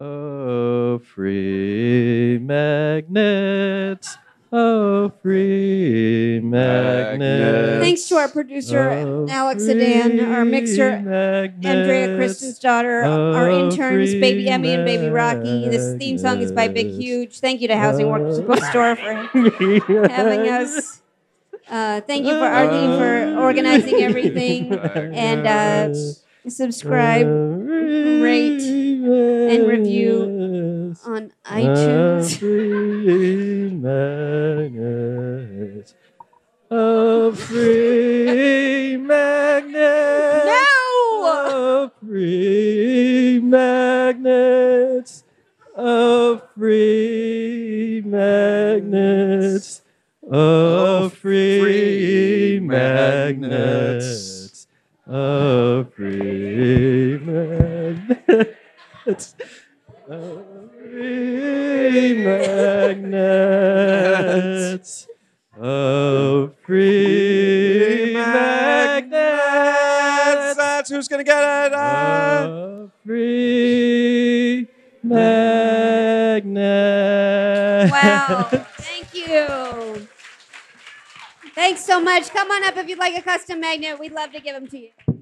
[SPEAKER 12] Oh, free magnets. Oh, free magnets.
[SPEAKER 2] Thanks to our producer,
[SPEAKER 12] Oh,
[SPEAKER 2] Alex Sedan, our mixer, Andrea Kristen's daughter, our
[SPEAKER 12] Oh,
[SPEAKER 2] interns,
[SPEAKER 12] free
[SPEAKER 2] Baby Emmy and Baby Rocky. This theme song is by Big Huge. Thank you to Housing Workers Bookstore for having us. Uh, thank you for Arlene for organizing everything. And uh, subscribe, rate, and review on iTunes.
[SPEAKER 12] A free magnet. A free magnet. No! A free magnet. A free magnet. Oh,
[SPEAKER 3] Oh,
[SPEAKER 12] A free magnet. A Oh, free magnet. Free magnets. Oh, free magnets.
[SPEAKER 4] That's who's gonna get it.
[SPEAKER 12] Oh, free magnets.
[SPEAKER 2] Wow. Thank you. Thanks so much. Come on up if you'd like a custom magnet. We'd love to give them to you.